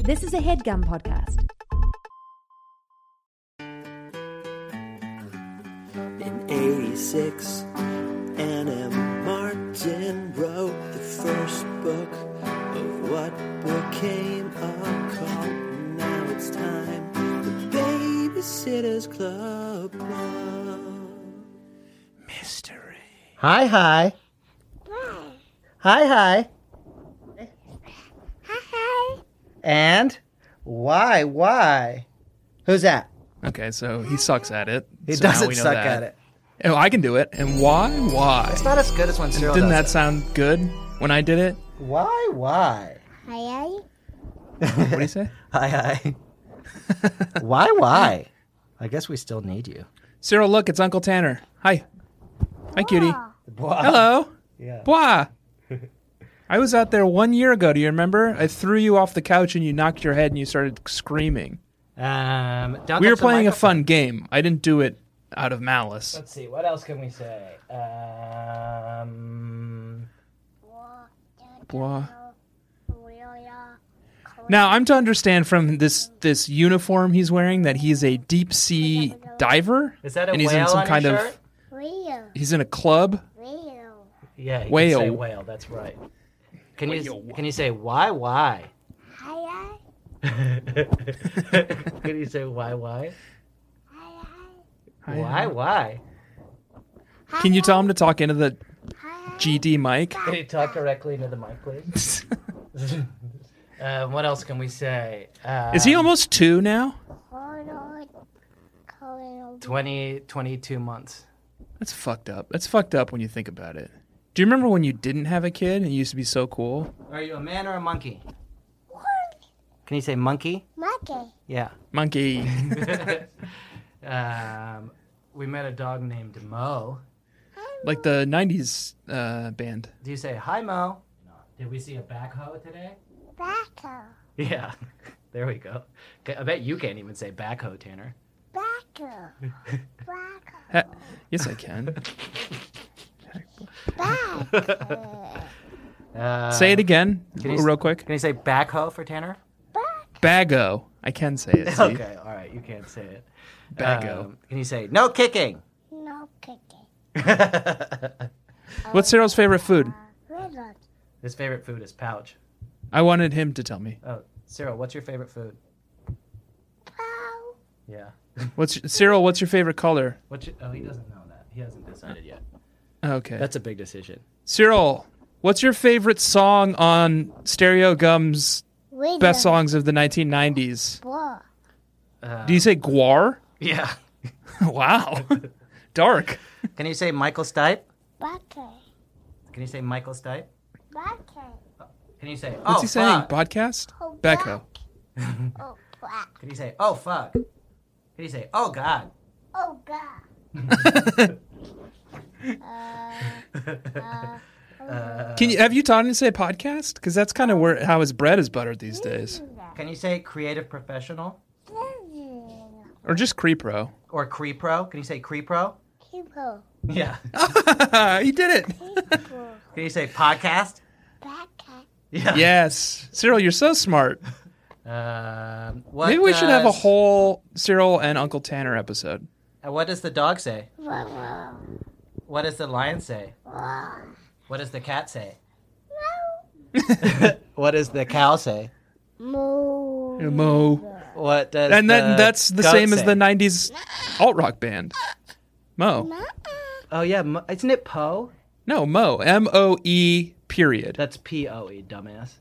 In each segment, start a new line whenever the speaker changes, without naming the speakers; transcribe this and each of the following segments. This is a headgum podcast.
In 86, Anna Martin wrote the first book of what became a cult. Now it's time, the Babysitter's Club. Mystery.
Hi, hi. Hi, hi. And why, why? Who's that?
Okay, so he sucks at it.
He
so now
doesn't
we know
suck
that.
at it.
Oh, I can do it. And why? Why?
It's not as good as when Cyril
Didn't that
does
sound good when I did it?
it. Why, why?
Hi,
What do you say?
Hi, hi. why, why? I guess we still need you.
Cyril, look, it's Uncle Tanner. Hi. Hi, cutie. Hello.
Yeah.
Why? I was out there one year ago. Do you remember? I threw you off the couch and you knocked your head and you started screaming.
Um, don't
We were
touch the
playing a
microphone.
fun game. I didn't do it out of malice.
Let's see. What else can we say? Um,
Blah. Now I'm to understand from this this uniform he's wearing that he's a deep sea diver.
Is that a
and he's
whale
in some
on your
kind
shirt?
of he's in a club.
Whale.
yeah, you
whale.
Can say whale. That's right. Can you
Whale.
can you say why, why?
Hi,
can you say why, why? Why, why?
Can you tell him to talk into the
hi.
GD mic?
Can you talk directly into the mic, please? Uh, what else can we say? Uh,
Is he almost two now?
Hi.
20, 22 months?
That's fucked up. That's fucked up when you think about it. Do you remember when you didn't have a kid and it used to be so cool?
Are you a man or a monkey? Can you say monkey?
Monkey.
Yeah.
Monkey.
Um, we met a dog named Mo.
like the 90s uh, band.
Do you say hi, Mo? Did we see a backhoe today?
Backhoe.
Yeah. there we go. Okay, I bet you can't even say backhoe, Tanner.
Backhoe. Backhoe.
Ha- yes, I can.
Uh,
Backhoe.
Uh,
say it again,
you
r-
s-
real quick.
Can you say backhoe for Tanner?
Back.
Bago. I can say it. See?
Okay, all right, you can't say it.
Bago.
Um, can you say no kicking?
No cooking.
What's Cyril's favorite food?
Riddled.
His favorite food is pouch.
I wanted him to tell me.
Oh, Cyril, what's your favorite food?
Pow.
Yeah.
What's Cyril? What's your favorite color?
What? You, oh, he doesn't know that. He hasn't decided yet.
Okay.
That's a big decision.
Cyril, what's your favorite song on Stereo Gum's
Riddled.
best songs of the 1990s?
Ball.
Do you say guar?
Uh, Yeah.
wow. Dark.
Can you say Michael Stipe?
Bucket.
Can you say Michael Stipe?
Bucket.
Can you say?
What's
oh,
he saying?
fuck?
Podcast?
Oh,
Becco.
back. Oh, back.
Can you say? Oh fuck? Can you say? Oh god.
Oh, God. Uh,
Can you have you taught him to say podcast? Because that's kind of where how his bread is buttered these days.
Can you say creative professional
Or just Creepro.
or Creepro? Can you say Creepro?
People.
Yeah.
he did it.
People.
Can you say podcast?
Backpack.
Yeah.
Yes. Cyril, you're so smart.
Um, what
Maybe we should have a
does-
whole Cyril and Uncle Tanner episode.
Uh, What does the dog say?
Whoa, whoa.
What does the lion say?
Whoa.
What does the cat say?
No.
What does the cow say?
Moo.
Mo.
What does
And
the
then that's the
goat
same as
say?
the nineties alt rock band. Mo.
Uh-uh.
Oh yeah, mo- isn't it Poe?
No, Mo. M O E period.
That's P O E, dumbass.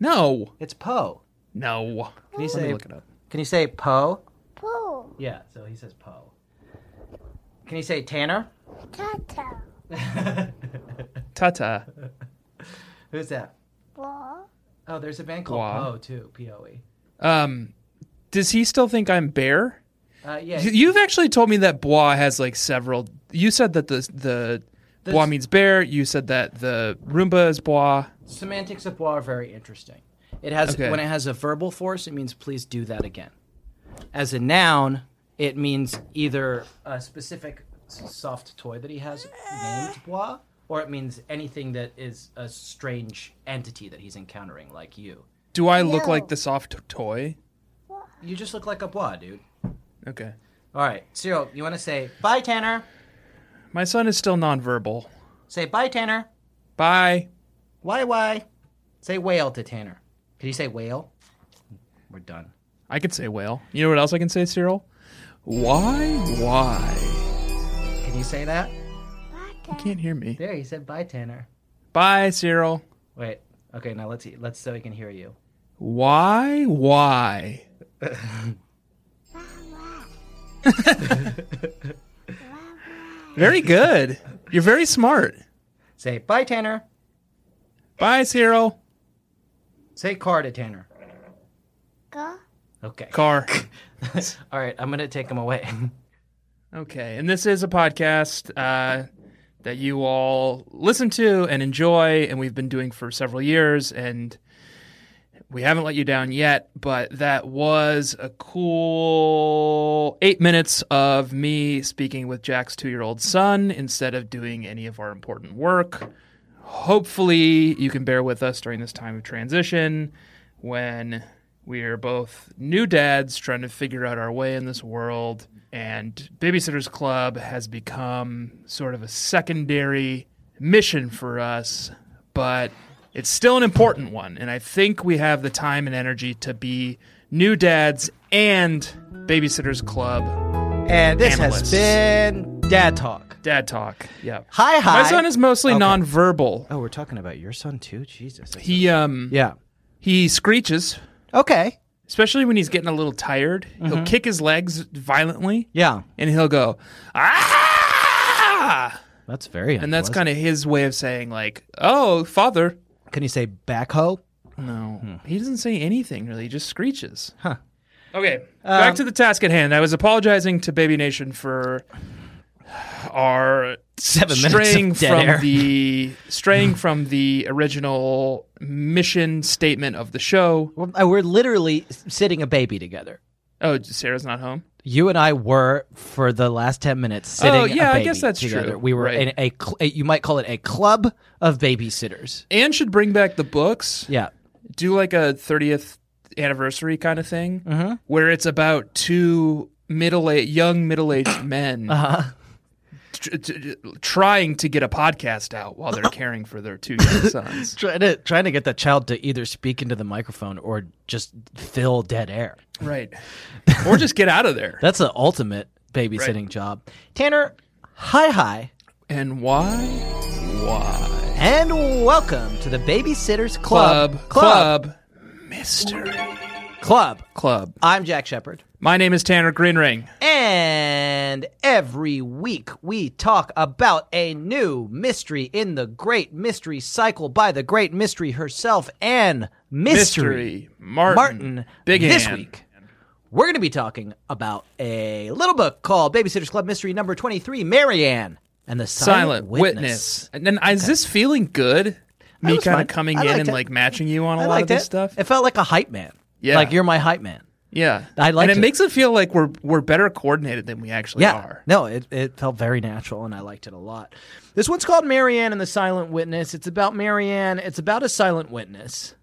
No.
It's Poe.
No.
Can you
Oh. Let me
say
look it up.
Can you say Poe?
Poo.
Yeah, so he says Poe. Can you say Tanner?
Tata.
Tata.
Who's that?
Ball.
Oh, there's a band called
Guam.
Poe too. P O E.
Um, does he still think I'm bear?
Uh, yeah.
Y- You've actually told me that bois has like several. You said that the the bois
There's-
means bear. You said that the Roomba is bois.
Semantics of bois are very interesting. It has
Okay.
when it has a verbal force, it means please do that again. As a noun, it means either a specific s- soft toy that he has named bois, or it means anything that is a strange entity that he's encountering, like you.
Do I look
No.
like the soft toy?
You just look like a blah, dude.
Okay.
All right, Cyril, you want to say bye, Tanner?
My son is still nonverbal.
Say bye, Tanner.
Bye.
Why, why? Say whale to Tanner. Can you say whale? We're done.
I could say whale. You know what else I can say, Cyril? Why? Why?
Can you say that?
Bata.
Can't hear me.
There, he said bye, Tanner.
Bye, Cyril.
Wait. Okay, now let's let's so he can hear you.
Why? Why? Very good. You're very smart.
Say bye, Tanner.
Bye, Cyril.
Say car to Tanner.
Go.
Okay.
Car.
All right, I'm gonna take him away.
Okay, and this is a podcast uh, that you all listen to and enjoy, and we've been doing for several years, and we haven't let you down yet. But that was a cool eight minutes of me speaking with Jack's two-year-old son instead of doing any of our important work. Hopefully, you can bear with us during this time of transition when we are both new dads trying to figure out our way in this world. And Babysitters Club has become sort of a secondary mission for us, but it's still an important one. And I think we have the time and energy to be new dads and Babysitters Club
and this
Analysts.
has been Dad Talk.
dad talk. Yeah.
Hi, hi.
My son is mostly
Okay.
nonverbal.
Oh, we're talking about your son too. Jesus.
He um
Yeah.
he screeches,
Okay.
especially when he's getting a little tired.
Mm-hmm.
He'll kick his legs violently.
Yeah.
and he'll go ah
That's very.
and that's kind of his way of saying like oh father
of. Can you say backhoe?
no he doesn't say anything really he just screeches
Huh. Uh,
okay back to the task at hand i was apologizing to baby nation for our
Seven
straying from the straying from the original mission statement of the show
We're, uh, we're literally s- sitting a baby together.
oh sarah's not home
You and I were for the last ten minutes sitting.
Oh, yeah,
a
I
baby
guess that's
together.
true.
We were
Right.
in a, cl- a- you might call it a club of babysitters.
anne should bring back the books
Yeah,
do like a 30th anniversary kind of thing
Mm-hmm.
where it's about two middle a- young middle-aged men
Uh-huh.
tr- tr- trying to get a podcast out while they're caring for their two young sons
trying to trying to get the child to either speak into the microphone or just fill dead air.
right or just get out of there
That's the ultimate babysitting job. Tanner, hi hi,
and why why
and welcome to the Babysitters
club
Club Club
club mystery
Club.
club
I'm Jack Shepard.
my name is tanner greenring
And every week we talk about a new mystery in the Great Mystery Cycle by the Great Mystery herself, Anne Mystery,
mystery martin,
Martin.
big
this
Ann.
week we're going to be talking about a little book called Babysitter's Club Mystery Number Twenty Three, Marianne and the Silent,
silent witness. And then is this feeling good? Me
was
kind
fine.
of coming
I
in
liked
and
it.
like matching you on a
I
lot
liked
of this
it.
stuff.
It felt like a hype man.
Yeah.
like you're my hype man.
yeah,
I liked
and it,
it.
makes it feel like we're we're better coordinated than we actually
yeah.
are.
No, it, it felt very natural and I liked it a lot. This one's called Marianne and the Silent Witness. It's about Marianne. It's about a silent witness.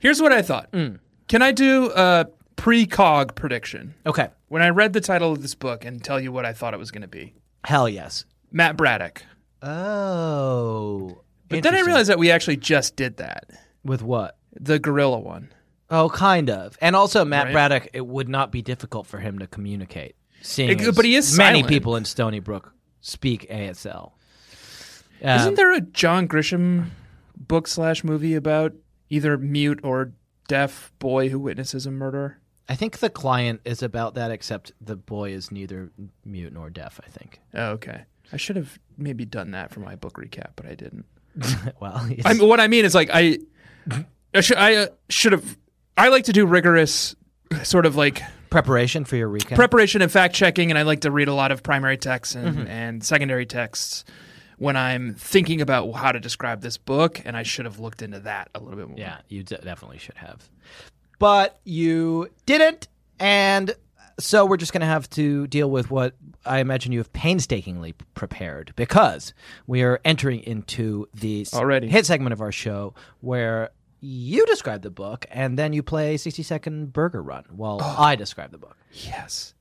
Here's what I thought.
Hmm.
Can I do a precog prediction?
Okay.
When I read the title of this book and tell you what I thought it was going to be,
Hell yes.
Matt Braddock.
Oh.
But then I
Interesting.
realized that we actually just did that.
With what?
The gorilla one.
Oh, kind of. And also, Matt Braddock, it would not be difficult for him to communicate. Seeing
It-
as
but he is
many
silent.
people in Stony Brook speak ASL. Um,
Isn't there a John Grisham book slash movie about either mute or deaf boy who witnesses a murder?
I think the client is about that, except the boy is neither mute nor deaf, I think.
Oh, okay. I should have maybe done that for my book recap, but I didn't.
well, it's-
I mean, what I mean is like I, I should I uh, should have. I like to do rigorous sort of like
preparation for your recap.
preparation and fact checking, and I like to read a lot of primary texts and, and secondary texts when I'm thinking about how to describe this book, and I should have looked into that a little bit more.
Yeah, you de- definitely should have. But you didn't. And so we're just going to have to deal with what I imagine you have painstakingly p- prepared because we are entering into the s-
Already.
hit segment of our show where you describe the book, and then you play 60 Second Burger Run while I describe the book.
Yes.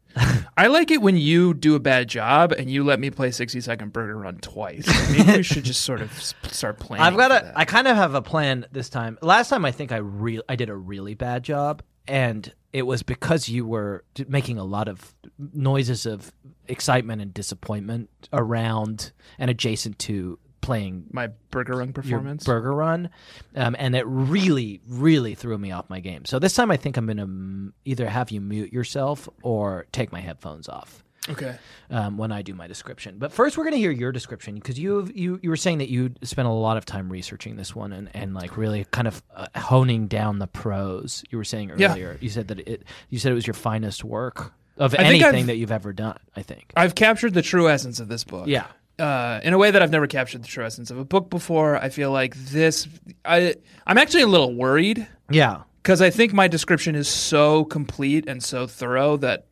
I like it when you do a bad job and you let me play 60 Second Burger Run twice. Maybe we should just sort of s- start playing.
I've got a. I kind of have a plan this time. Last time, I think I re- I did a really bad job, and it was because you were d- making a lot of noises of excitement and disappointment around and adjacent to playing
my Burger Run
your
performance.
burger run, um, and it really, really threw me off my game. So this time, I think I'm gonna m- either have you mute yourself or take my headphones off
okay.
um, when I do my description. But first, we're going to hear your description because you you you were saying that you spent a lot of time researching this one and, and like really kind of uh, honing down the prose. You were saying
Yeah.
earlier. You said that it you said it was your finest work of
think I've-
anything that you've ever done. I think.
I've captured the true essence of this book.
Yeah.
Uh, in a way that I've never captured the true essence of a book before. I feel like this. I I'm actually a little worried
Yeah.
because I think my description is so complete and so thorough that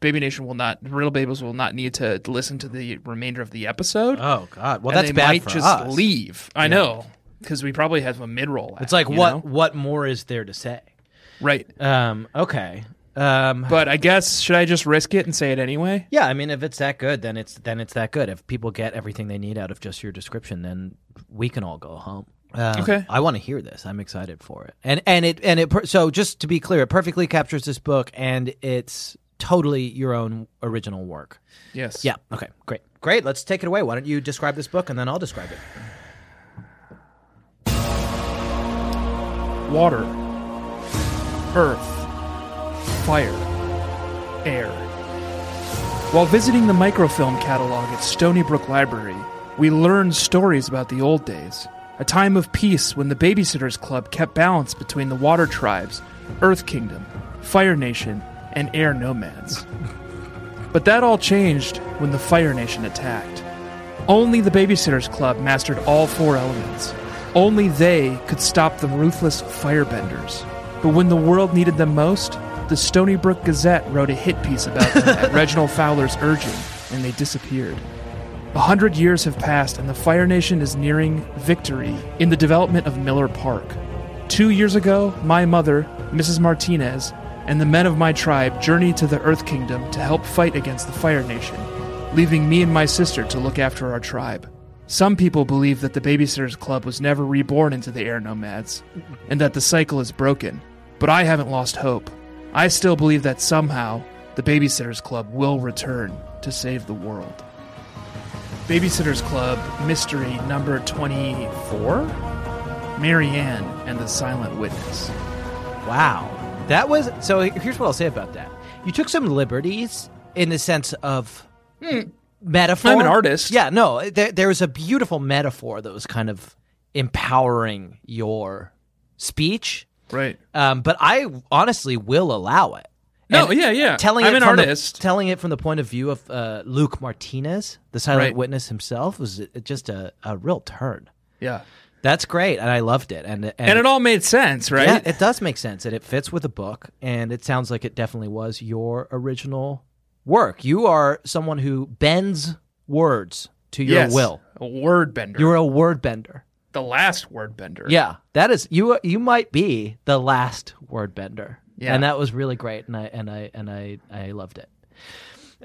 Baby Nation will not, Real Babies will not need to listen to the remainder of the episode.
Oh God. Well,
and
that's
they
bad
might
for
just
us.
leave. I know because we probably have a mid roll.
It's like what what more is there to say?
right?
Um. Okay. Um.
But I guess should I just risk it and say it anyway?
Yeah, I mean, if it's that good, then it's then it's that good. If people get everything they need out of just your description, then we can all go home. Um,
Okay.
I want to hear this. I'm excited for it. And and it and it. per- So just to be clear, it perfectly captures this book, and it's totally your own original work.
Yes.
Yeah. Okay. Great. Great. Let's take it away. Why don't you describe this book, and then I'll describe it.
water, earth, fire, air. While visiting the microfilm catalog at Stony Brook Library, we learned stories about the old days, a time of peace when the Babysitters Club kept balance between the water tribes, Earth Kingdom, Fire Nation, and Air Nomads. But that all changed when the Fire Nation attacked. Only the Babysitters Club mastered all four elements. Only they could stop the ruthless firebenders. But when the world needed them most, the Stony Brook Gazette wrote a hit piece about them at Reginald Fowler's urging, and they disappeared. A hundred years have passed, and the Fire Nation is nearing victory in the development of Miller Park. Two years ago, my mother, Mrs. Martinez, and the men of my tribe journeyed to the Earth Kingdom to help fight against the Fire Nation, leaving me and my sister to look after our tribe. Some people believe that the Babysitters Club was never reborn into the Air Nomads, and that the cycle is broken, but I haven't lost hope. I still believe that somehow the Babysitters Club will return to save the world. Babysitter's Club Mystery Number 24 Marianne and the Silent Witness.
Wow. That was so here's what I'll say about that. You took some liberties in the sense of metaphor.
Hmm. I'm an artist.
Yeah, no. There, there was a beautiful metaphor that was kind of empowering your speech.
Right.
Um, but I honestly will allow it.
No, yeah, yeah.
Telling
I'm
it
an
from the-
artist.
telling it from the point of view of uh, Luke Martinez, the silent
Right.
witness himself, was just a, a real turn.
Yeah.
That's great, and I loved it. And and,
And it all made sense, right?
yeah, it does make sense, and it fits with the book, and it sounds like it definitely was your original work. You are someone who bends words to your
Yes.
will.
A word bender.
You're a word bender.
the last word bender.
Yeah, that is you. You might be the last word bender.
Yeah.
and that was really great, and I and I and I I loved it.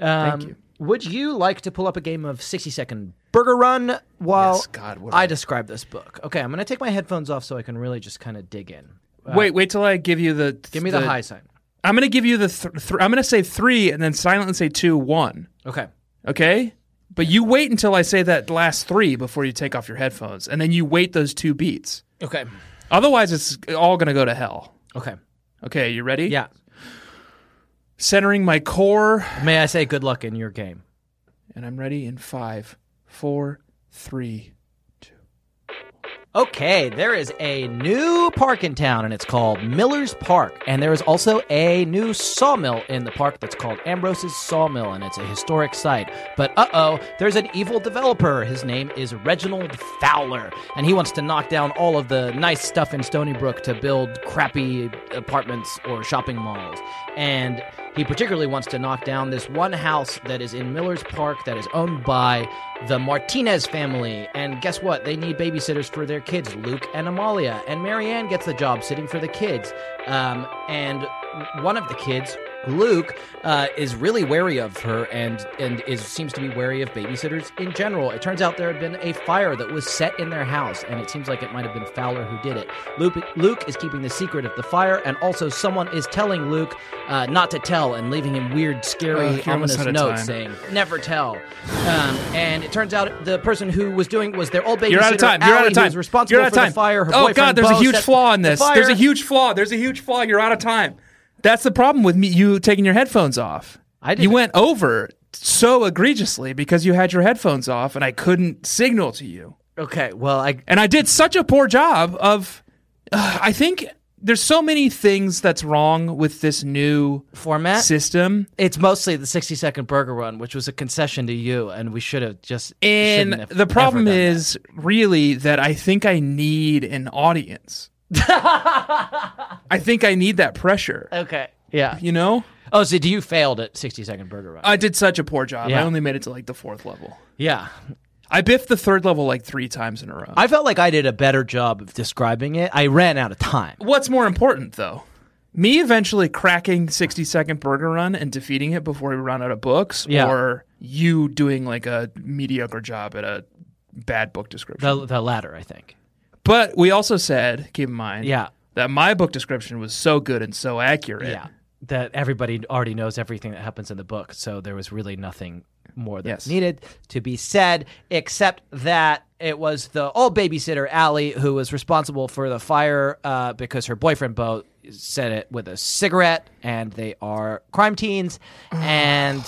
Um,
you.
Would you like to pull up a game of sixty second burger run while
Yes, God, what
I
a-
describe this book? Okay, I'm gonna take my headphones off so I can really just kind of dig in. Uh,
Wait, wait till I give you the.
give me the, high sign.
I'm going to give you the. Th- th- I'm going to say three and then silently say two, one.
Okay.
Okay? But you wait until I say that last three before you take off your headphones, and then you wait those two beats.
Okay.
Otherwise, it's all going to go to hell.
Okay.
Okay, you ready?
Yeah.
Centering my core,
May I say good luck in your game?
and I'm ready in five, four, three.
Okay, there is a new park in town and it's called Miller's Park. And there is also a new sawmill in the park that's called Ambrose's Sawmill and it's a historic site. But uh oh, there's an evil developer. His name is Reginald Fowler and he wants to knock down all of the nice stuff in Stony Brook to build crappy apartments or shopping malls. And He particularly wants to knock down this one house that is in Miller's Park that is owned by the Martinez family. And guess what? They need babysitters for their kids, Luke and Amalia. And Marianne gets the job sitting for the kids. Um, and one of the kids, Luke uh, is really wary of her and and is seems to be wary of babysitters in general. It turns out there had been a fire that was set in their house, and it seems like it might have been Fowler who did it. Luke Luke is keeping the secret of the fire, and also someone is telling Luke uh, not to tell and leaving him weird,
Ugh,
scary,
you're Oh,
ominous
almost out of
notes
time.
saying "never tell." Um, and it turns out the person who was doing was their old babysitter.
You're out of time. You're out
Allie,
of
who
time.
was responsible
You're out of
for
time.
the fire. Her
oh God,
boyfriend,
there's a
Beau,
huge
set
flaw in
the
this. There's a
fire.
huge flaw. There's a huge flaw. You're out of time. That's the problem with me. You taking your headphones off.
I didn't-
You went over so egregiously because you had your headphones off, and I couldn't signal to you.
Okay, well, I
And I did such a poor job of. Ugh, I think there's so many things that's wrong with this new
format.
system.
It's mostly the 60 second burger run, which was a concession to you, and we should have just. shouldn't
And
have
the problem
ever done
is really that I think I need an audience. I think I need that pressure.
that. Okay. Yeah.
You know?
Oh, so do you failed at 60 second burger run?
I did such a poor job.
Yeah.
I only made it to like the fourth level.
yeah.
I biffed the third level like three times in a row.
I felt like I did a better job of describing it. I ran out of time.
What's more important though? Me eventually cracking 60 second burger run and defeating it before we run out of books,
Yeah.
or you doing like a mediocre job at a bad book description.
The, the latter, I think.
But we also said, keep in mind,
Yeah.
that my book description was so good and so accurate.
Yeah. That everybody already knows everything that happens in the book. So there was really nothing more that
Yes.
needed to be said, except that it was the old babysitter, Allie, who was responsible for the fire uh, because her boyfriend, Bo, said it with a cigarette, and they are crime teens. And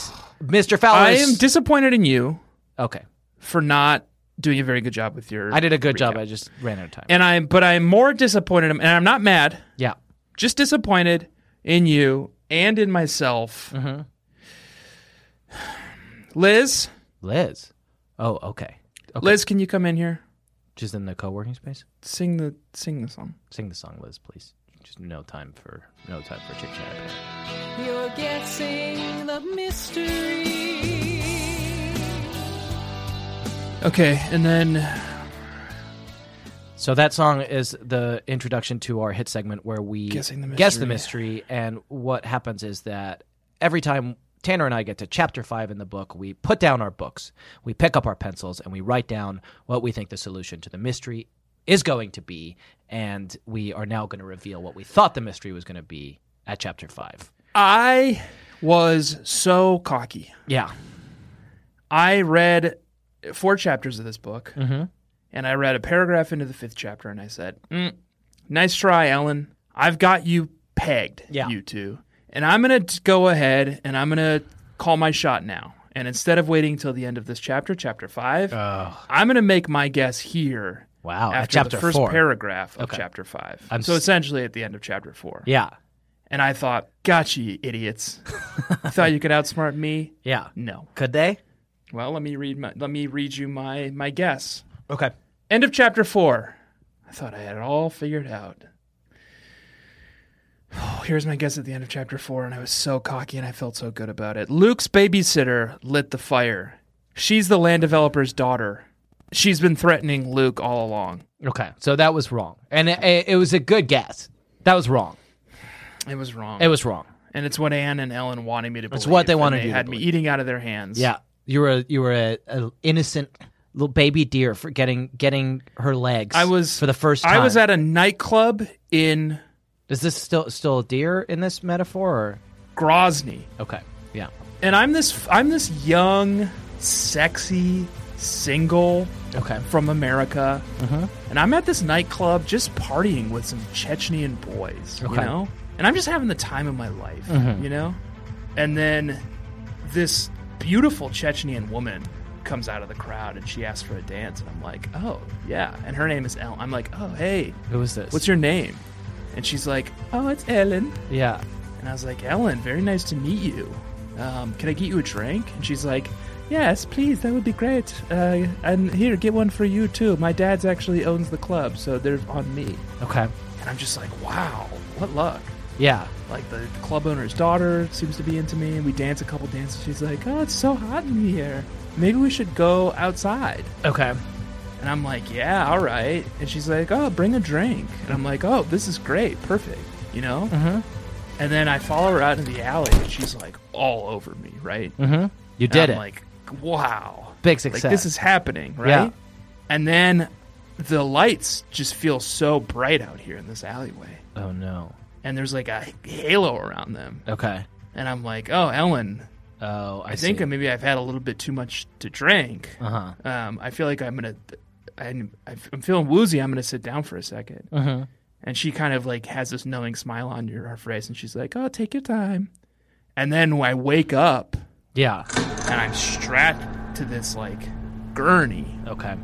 Mr. Fowler.
I
is-
am disappointed in you
okay.
for not doing a very good job with your.
I did a good job. I just ran out of time.
and I'm, but I'm more disappointed, and I'm not mad,
yeah.
just disappointed in you and in myself.
Mm-hmm.
Liz,
Liz. Oh, okay. okay.
Liz, can you come in here?
Just in the co working space?
Sing the sing the song.
Sing the song, Liz, please. Just no time for no time for chit chat.
You're guessing the mystery.
Okay, and then
So that song is the introduction to our hit segment where we
Guessing the
guess the
mystery.
mystery. And what happens is that every time Tanner and I get to chapter five in the book, we put down our books, we pick up our pencils, and we write down what we think the solution to the mystery is going to be. And we are now going to reveal what we thought the mystery was going to be at chapter five.
I was so cocky.
Yeah.
I read four chapters of this book,
Mm-hmm.
and I read a paragraph into the fifth chapter, and I said, mm, "Nice try, Ellen. I've got you pegged,
Yeah.
you two, and I'm gonna t- go ahead and I'm gonna call my shot now. And instead of waiting till the end of this chapter, chapter five, I'm gonna make my guess here."
Wow. at
After
chapter
the first
four.
paragraph of
Okay.
chapter 5
I'm
so
s-
essentially at the end of chapter four.
yeah.
And I thought, gotcha, you idiots. you thought you could outsmart me?
Yeah.
No.
Could they?
Well, let me read my, let me read you my my guess.
Okay.
End of chapter four. I thought I had it all figured out. Oh, here's my guess at the end of chapter four, and I was so cocky and I felt so good about it. Luke's babysitter lit the fire. She's the land developer's daughter. She's been threatening Luke all along.
Okay. So that was wrong. And it- it, it was a good guess. That was wrong.
It was wrong.
It was wrong.
and it's what Anne and Ellen wanted me to believe.
It's what they
and
wanted
They
you to
had me
believe.
eating out of their hands.
Yeah, you were a, you were a, a innocent little baby deer for getting getting her legs.
I was
for the first time.
I was at a nightclub in
Is this still still a deer in this metaphor? Or?
Grozny.
Okay. Yeah.
and I'm this I'm this young, sexy, single
Okay.
from America, and I'm at this nightclub just partying with some Chechnyan boys, you
Okay.
know, and I'm just having the time of my life, you know, and then this beautiful Chechnyan woman comes out of the crowd and she asks for a dance, and I'm like, oh yeah, and her name is El. I'm like, oh hey,
Who was this?
what's your name? And she's like, oh, it's Ellen.
Yeah.
And I was like, Ellen, very nice to meet you. Um, can I get you a drink? And she's like, Yes, please. That would be great. Uh, and here, get one for you too. My dad's actually owns the club, so they're on me.
Okay.
And I'm just like, Wow, what luck.
Yeah.
Like the club owner's daughter seems to be into me. We dance a couple dances. She's like, "Oh, it's so hot in here. Maybe we should go outside."
Okay.
And I'm like, "Yeah, all right." And she's like, "Oh, bring a drink." And I'm like, "Oh, this is great. Perfect." You know?
Mhm.
And then I follow her out in the alley and she's like all over me, right?
Mm-hmm. You
And
did
I'm
it.
like, "Wow."
Big success.
Like this is happening, right?
Yeah.
And then the lights just feel so bright out here in this alleyway.
oh no.
And there's like a halo around them.
Okay.
And I'm like, "Oh, Ellen,
Oh, I,
I think
see.
maybe I've had a little bit too much to drink.
Uh
Um, I feel like I'm gonna, I'm, I'm feeling woozy. I'm gonna sit down for a second.
huh. hmm
And she kind of like has this knowing smile on your, her face, and she's like, "Oh, take your time." And then when I wake up
Yeah.
and I'm strapped to this like gurney,
Okay.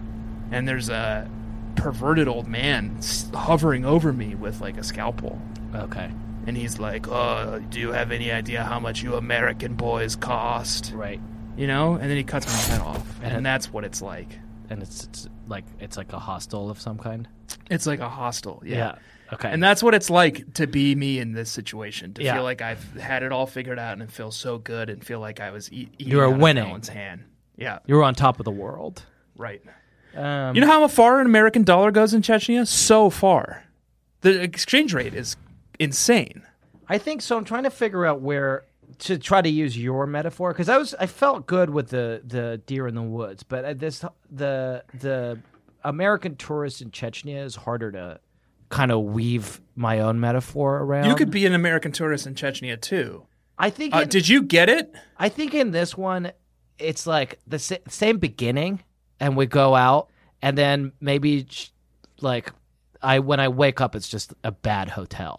and there's a perverted old man s- hovering over me with like a scalpel.
Okay.
And he's like, "Oh, do you have any idea how much you American boys cost?"
Right.
you know and then he cuts my head off
And-
and that's what it's like
And it's, it's like it's like a hostel of some kind.
it's like a hostel yeah,
Okay.
and that's what it's like to be me in this situation to
Yeah.
feel like i've had it all figured out and it feels so good and feel like i was eat- eating
You're
out of
winning.
Ellen's hand yeah
you were on top of the world.
right
Um,
you know how far an american dollar goes in chechnya so far the exchange rate is insane
I think so. I'm trying to figure out where to try to use your metaphor because I was I felt good with the the deer in the woods, but uh, this the the American tourist in Chechnya is harder to kind of weave my own metaphor around.
you could be an american tourist in chechnya too
I think.
uh,
in-
did you get it
I think in this one, it's like the sa- same beginning, and we go out, and then maybe sh- like I when I wake up, it's just a bad hotel,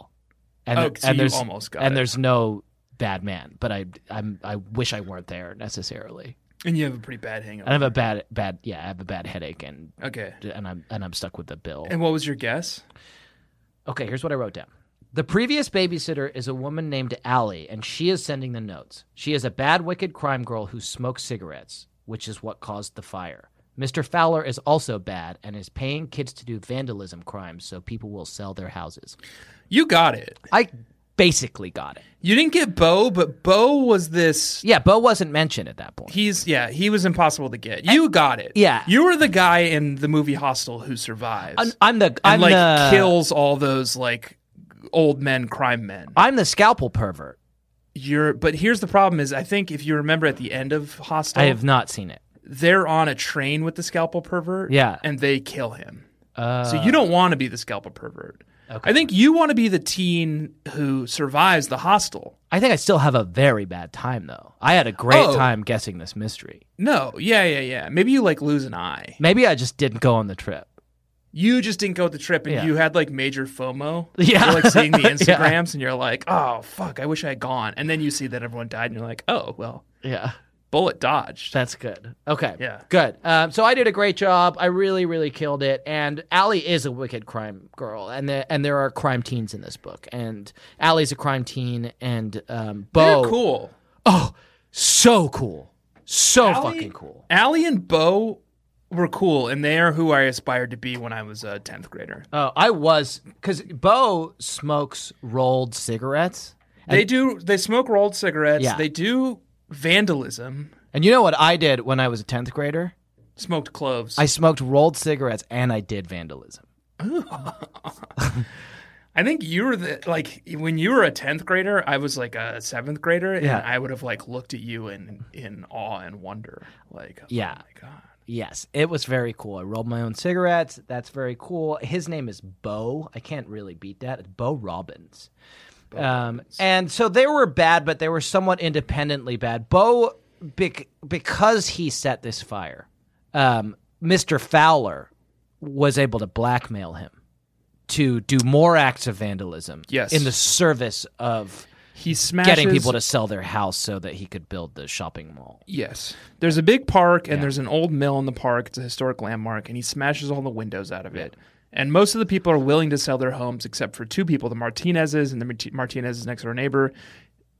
and
Oh,
th-
so
and
you
there's
almost got
and
it.
there's no bad man, but I I'm I wish I weren't there necessarily.
and you have a pretty bad hangover
I have a bad bad yeah I have a bad headache and
okay
and I'm and I'm stuck with the bill.
and what was your guess
Okay, here's what I wrote down. The previous babysitter is a woman named Allie, and she is sending the notes. She is a bad, wicked crime girl who smokes cigarettes, which is what caused the fire. Mr. Fowler is also bad and is paying kids to do vandalism crimes so people will sell their houses.
you got it
I basically got it.
You didn't get Bo, but Bo was this.
Yeah, Bo wasn't mentioned at that point.
He's yeah, he was impossible to get. You got it.
Yeah.
you were the guy in the movie Hostel who survives
I'm, I'm the I'm
and like
the
kills all those like old men, crime men.
I'm the scalpel pervert.
You're, but here's the problem: is I think if you remember at the end of Hostel,
I have not seen it.
they're on a train with the scalpel pervert.
Yeah.
and they kill him.
Uh,
So you don't want to be the scalpel pervert.
Okay.
I think you want to be the teen who survives the hostel.
I think I still have a very bad time though. I had a great
Oh.
time guessing this mystery.
No, yeah, yeah, yeah. Maybe you like lose an eye.
Maybe I just didn't go on the trip.
you just didn't go with the trip and
Yeah.
you had like major FOMO.
Yeah.
You're like seeing the
Yeah.
Instagrams and you're like, oh, fuck, I wish I had gone. And then you see that everyone died and you're like, oh, well,
Yeah,
bullet dodged.
that's good. Okay.
Yeah.
Good. Um, so I did a great job. I really, really killed it. And Allie is a wicked crime girl, and the, and there are crime teens in this book. And Allie's a crime teen, and um, Bo.
They're cool.
Oh, so cool. So
Allie-
fucking cool.
Allie and Bo were cool and they are who I aspired to be when I was a 10th grader.
Oh, I was because Bo smokes rolled cigarettes,
they do, they smoke rolled cigarettes.
Yeah.
They do vandalism,
and you know what I did when I was a tenth grader?
smoked cloves.
I smoked rolled cigarettes, and I did vandalism.
I think you were the like when you were a tenth grader, I was like a seventh grader, and
Yeah.
I would have like looked at you in in awe and wonder, like,
Yeah.
oh my god,
Yes, it was very cool. I rolled my own cigarettes. That's very cool. His name is Bo. I can't really beat that. It's Bo Robbins. um, and so they were bad, but they were somewhat independently bad. Bo, bec- because he set this fire, um, Mr. Fowler was able to blackmail him to do more acts of vandalism
Yes.
in the service of
he smashes
getting people to sell their house so that he could build the shopping mall.
Yes, there's a big park, and there's an old mill in the park. It's a historic landmark, and he smashes all the windows out of it. And most of the people are willing to sell their homes, except for two people: the Martinezes and the Mart- Martinez's next door neighbor.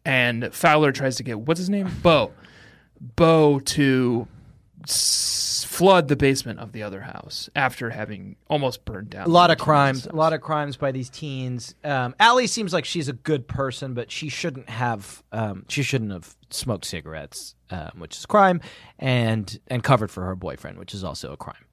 And Fowler tries to get what's his name, Bo, Bo to s- flood the basement of the other house after having almost burned down.
A lot of crimes, a lot of crimes by these teens. Um, Allie seems like she's a good person, but she shouldn't have. Um, she shouldn't have smoked cigarettes, um, which is a crime, and and covered for her boyfriend, which is also a crime.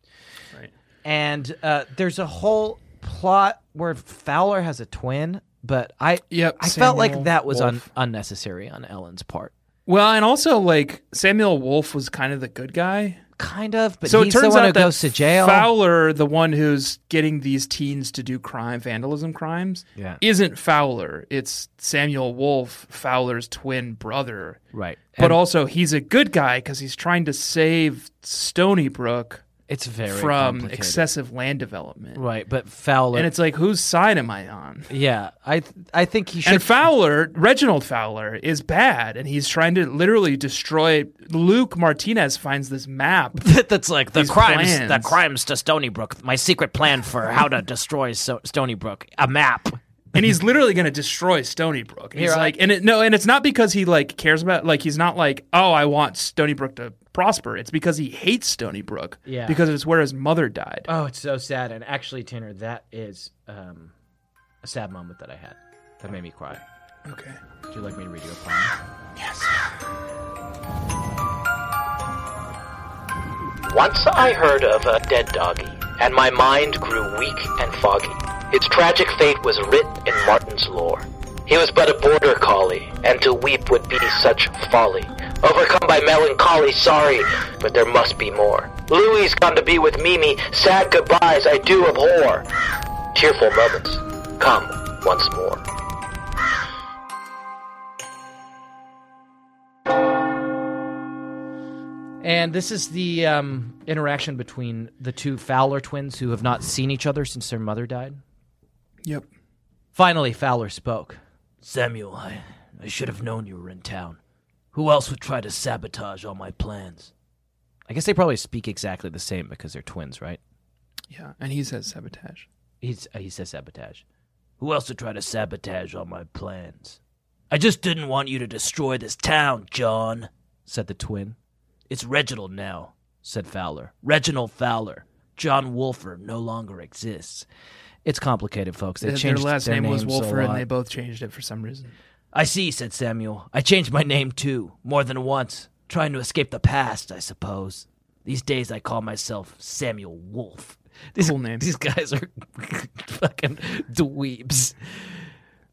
Right.
And uh, there's a whole plot where Fowler has a twin, but I
Yep,
I felt like
Samuel
that was un-
Wolfe.
unnecessary on Ellen's part.
Well, and also like Samuel Wolf was kind of the good guy.
Kind of, but
so
he's
it
the
turns
one
out
who
that
goes to jail.
Fowler, the one who's getting these teens to do crime, vandalism crimes,
Yeah.
isn't Fowler. It's Samuel Wolf, Fowler's twin brother.
right.
But
And
also, he's a good guy because he's trying to save Stony Brook
it's very
from
complicated.
excessive land development.
Right, but Fowler.
And it's like, whose side am I on?
yeah, I th- I think he should.
And Fowler, Reginald Fowler, is bad, and he's trying to literally destroy. Luke Martinez finds this map.
that's like the
These
crimes the
plans.
crimes to Stony Brook. My secret plan for how to destroy so- Stony Brook. A map.
and he's literally going to destroy Stony Brook. And he's
Here, I-
like, and it, no, and it's not because he like cares about like he's not like, oh, I want Stony Brook to prosper. It's because he hates Stony Brook.
Yeah.
because it's where his mother died.
Oh, it's so sad. And actually, Tanner, that is um, a sad moment that I had that made me cry.
Okay.
Would you like me to read you a poem?
Once I heard of a dead doggy, and my mind grew weak and foggy. Its tragic fate was writ in Martin's lore. He was but a border collie, and to weep would be such folly. Overcome by melancholy, sorry, but there must be more. Louis gone to be with Mimi, sad goodbyes I do abhor. Tearful moments come once more.
And this is the um, interaction between the two Fowler twins who have not seen each other since their mother died.
Yep.
Finally, Fowler spoke. Samuel, I, I should have known you were in town. Who else would try to sabotage all my plans? I guess they probably speak exactly the same because they're twins, right?
Yeah, and he says sabotage.
He's, uh, he says sabotage. Who else would try to sabotage all my plans? I just didn't want you to destroy this town, John, said the twin. It's Reginald now, said Fowler. Reginald Fowler. John Wolfer no longer exists. It's complicated, folks. They
Their-
changed
their last
their
name was
names a
Wolfer,
lot.
and they both changed it for some reason.
I see, said Samuel. I changed my name too, more than once, trying to escape the past, I suppose. These days I call myself Samuel Wolf. These,
Cool name.
These guys are fucking dweebs.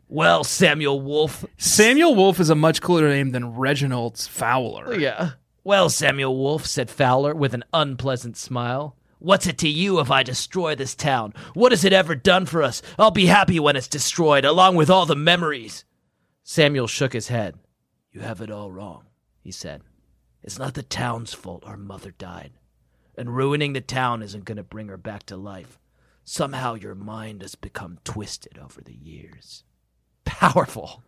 Well, Samuel Wolf.
Samuel Wolf is a much cooler name than Reginald Fowler.
Yeah. Well, Samuel Wolf, said Fowler with an unpleasant smile. What's it to you if I destroy this town? What has it ever done for us? I'll be happy when it's destroyed, along with all the memories. Samuel shook his head. You have it all wrong, he said. It's not the town's fault our mother died. And ruining the town isn't going to bring her back to life. Somehow your mind has become twisted over the years. Powerful.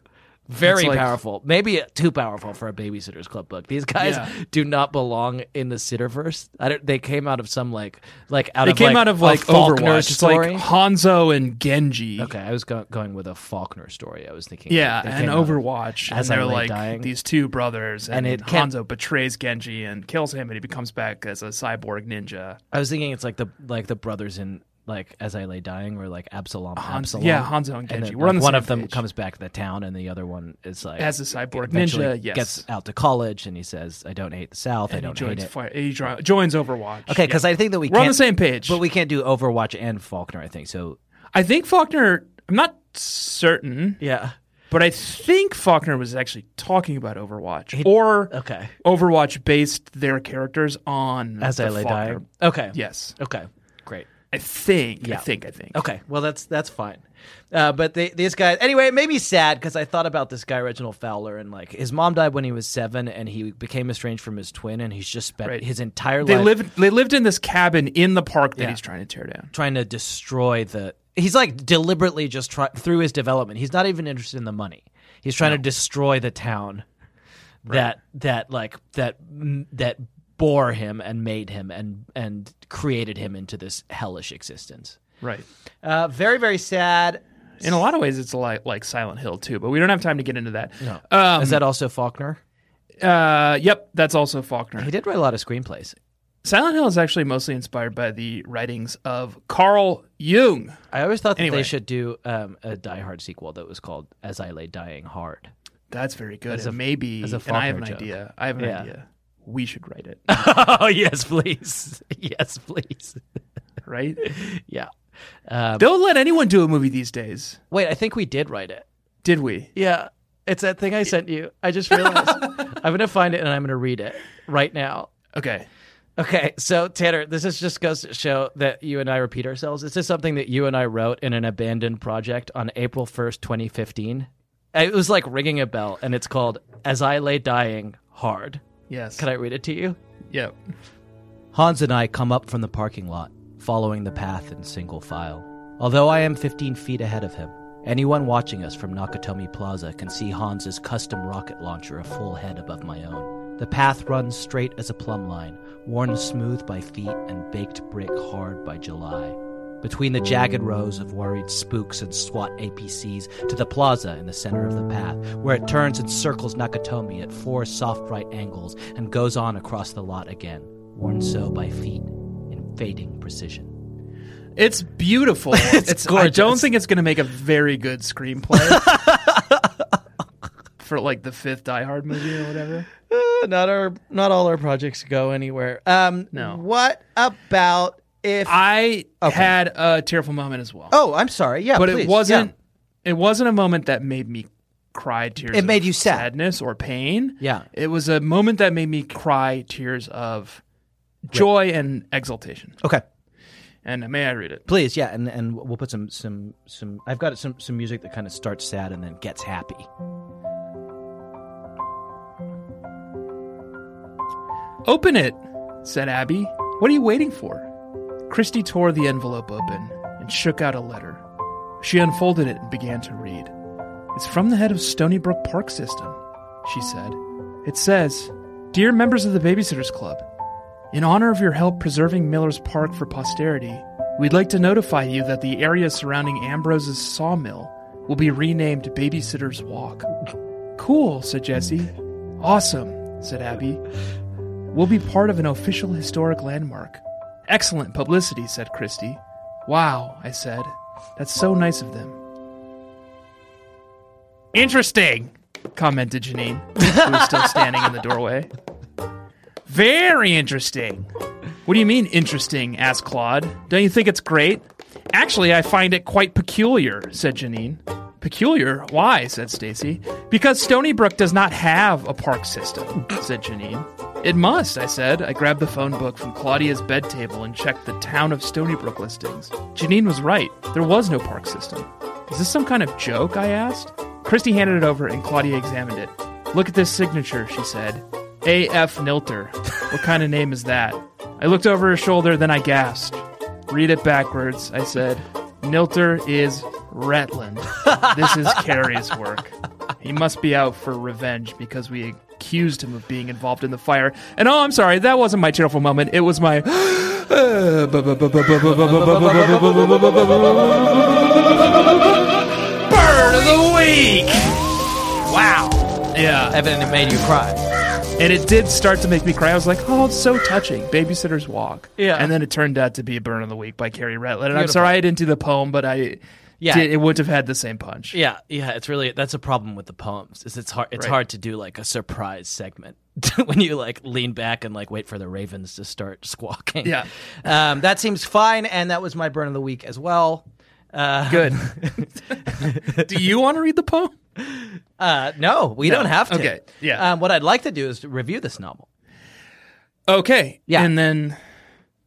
Very
It's like-
powerful. Maybe too powerful for a Babysitter's Club book. These guys
Yeah.
do not belong in the Sitterverse. I don't, they came out of some like like out
They
of
came
like,
out of
a
like
Faulkner
Overwatch. It's like
story.
Hanzo and Genji.
okay, I was go- going with a Faulkner story. I was thinking
Yeah,
they
and
came out of-
Overwatch,
As
and
I
they're
Lay
like
Dying.
these two brothers,
And
and,
it can't-
Hanzo betrays Genji and kills him, and he becomes back as a cyborg ninja.
I was thinking it's like the like the brothers in like as I lay dying were like Absalom,
Hans-
Absalom.
yeah, Hanzo and Genji.
then,
We're on
like,
the
one
same
of them
page.
comes back to the town, and the other one is like
As a cyborg
eventually
ninja, yes.
gets out to college, and he says, "I don't hate the South. I
And he
don't hate
joins
it."
fire, he dro- joins Overwatch.
Okay, because I think that we
We're on
can't-
the same page.
but we can't do Overwatch and Faulkner. I think so.
I think Faulkner. I'm not certain,
Yeah.
but I think Faulkner was actually talking about Overwatch, or
Okay.
Overwatch based their characters on
As
the
I lay
Faulkner-
dying. Okay.
Yes,
Okay. Great.
I think.
Yeah.
I think. I think.
Okay, well that's that's fine, uh, but they, these guys anyway. It made me sad because I thought about this guy Reginald Fowler and like his mom died when he was seven, and he became estranged from his twin, and he's just spent
Right.
his entire
They
life
lived. They lived in this cabin in the park that
Yeah.
he's trying to tear down.
trying to destroy the. He's like deliberately just try, through his development. He's not even interested in the money. He's trying to destroy the town that that like that m- that bore him and made him and and created him into this hellish existence.
Right.
Uh, very very sad.
In a lot of ways, it's like like Silent Hill too, but we don't have time to get into that.
No.
Um,
Is that also Faulkner?
uh, yep, that's also Faulkner.
He did write a lot of screenplays.
Silent Hill is actually mostly inspired by the writings of Carl Jung.
I always thought that
Anyway.
they should do um, a Die Hard sequel that was called As I Lay Dying Hard.
That's very good.
As a-
and maybe,
as a
and I have an
Faulkner joke.
idea. I have an
Yeah.
idea. We should write it,
oh yes, please. Yes, please.
right?
Yeah. Um,
Don't let anyone do a movie these days.
wait, I think we did write it.
Did we?
Yeah, it's that thing I sent you. I just realized. I'm gonna find it and I'm gonna read it right now.
Okay.
Okay, so Tanner, this is just goes to show that you and I repeat ourselves. This is something that you and I wrote in an abandoned project on April 1st, 2015. It was like ringing a bell, and it's called As I Lay Dying Hard.
Yes.
Can I read it to you?
Yeah.
Hans and I come up from the parking lot, following the path in single file. Although I am 15 feet ahead of him, anyone watching us from Nakatomi Plaza can see Hans's custom rocket launcher a full head above my own. The path runs straight as a plumb line, worn smooth by feet and baked brick hard by July. Between the jagged rows of worried spooks and SWAT APCs to the plaza in the center of the path, where it turns and circles Nakatomi at four soft right angles and goes on across the lot again, worn so by feet in fading precision.
It's beautiful. it's I don't
gorgeous.
think it's going to make a very good screenplay for like the fifth Die Hard movie or whatever.
Uh, not our, not all our projects go anywhere. Um,
No.
What about if?
I
Okay.
had a tearful moment as well,
oh, I'm sorry. Yeah,
but it wasn't. It wasn't a moment that made me cry tears.
It
of
made you sad.
sadness or pain.
Yeah.
it was a moment that made me cry tears of joy and exultation.
Okay.
And may I read it?
Please, yeah, and and we'll put some some some. I've got some some music that kind of starts sad and then gets happy.
Open it, said Abby. What are you waiting for? Christy tore the envelope open and shook out a letter. She unfolded it and began to read. It's from the head of Stony Brook Park System, she said. It says, Dear members of the Babysitters Club, in honor of your help preserving Miller's Park for posterity, we'd like to notify you that the area surrounding Ambrose's sawmill will be renamed Babysitter's Walk. Cool, said Jesse. Awesome, said Abby will be part of an official historic landmark. Excellent publicity, said Christie. Wow, I said. That's so nice of them. Interesting, commented Janine, who was still standing in the doorway. Very interesting. What do you mean, interesting? asked Claude. Don't you think it's great? Actually, I find it quite peculiar, said Janine. Peculiar? Why? said Stacy. Because Stony Brook does not have a park system, said Janine. It must, I said. I grabbed the phone book from Claudia's bed table and checked the town of Stony Brook listings. Janine was right. There was no park system. Is this some kind of joke? I asked. Christy handed it over and Claudia examined it. Look at this signature, she said. A.F. Nilter. What kind of name is that? I looked over her shoulder, then I gasped. Read it backwards, I said. Nilter is Retland. This is Carrie's work. He must be out for revenge because we accused him of being involved in the fire. And oh, I'm sorry, that wasn't my tearful moment. It was my. Bird of the Week! Wow. Yeah.
Evan, it made you cry.
And it did start to make me cry. I was like, oh, it's so touching. Babysitter's Walk.
Yeah.
And then it turned out to be a burn of the week by Carrie Ratland. And I'm
Beautiful.
sorry I didn't do the poem, but I
Yeah.
did, it would have had the same punch.
Yeah, yeah, it's really that's a problem with the poems. Is it's hard it's
Right.
hard to do like a surprise segment when you like lean back and like wait for the ravens to start squawking.
Yeah.
um, that seems fine, and that was my burn of the week as well. Uh,
Good. do you want to read the poem?
Uh, no, we don't have to.
Okay, yeah.
Um, what I'd like to do is to review this novel,
Okay.
Yeah.
And then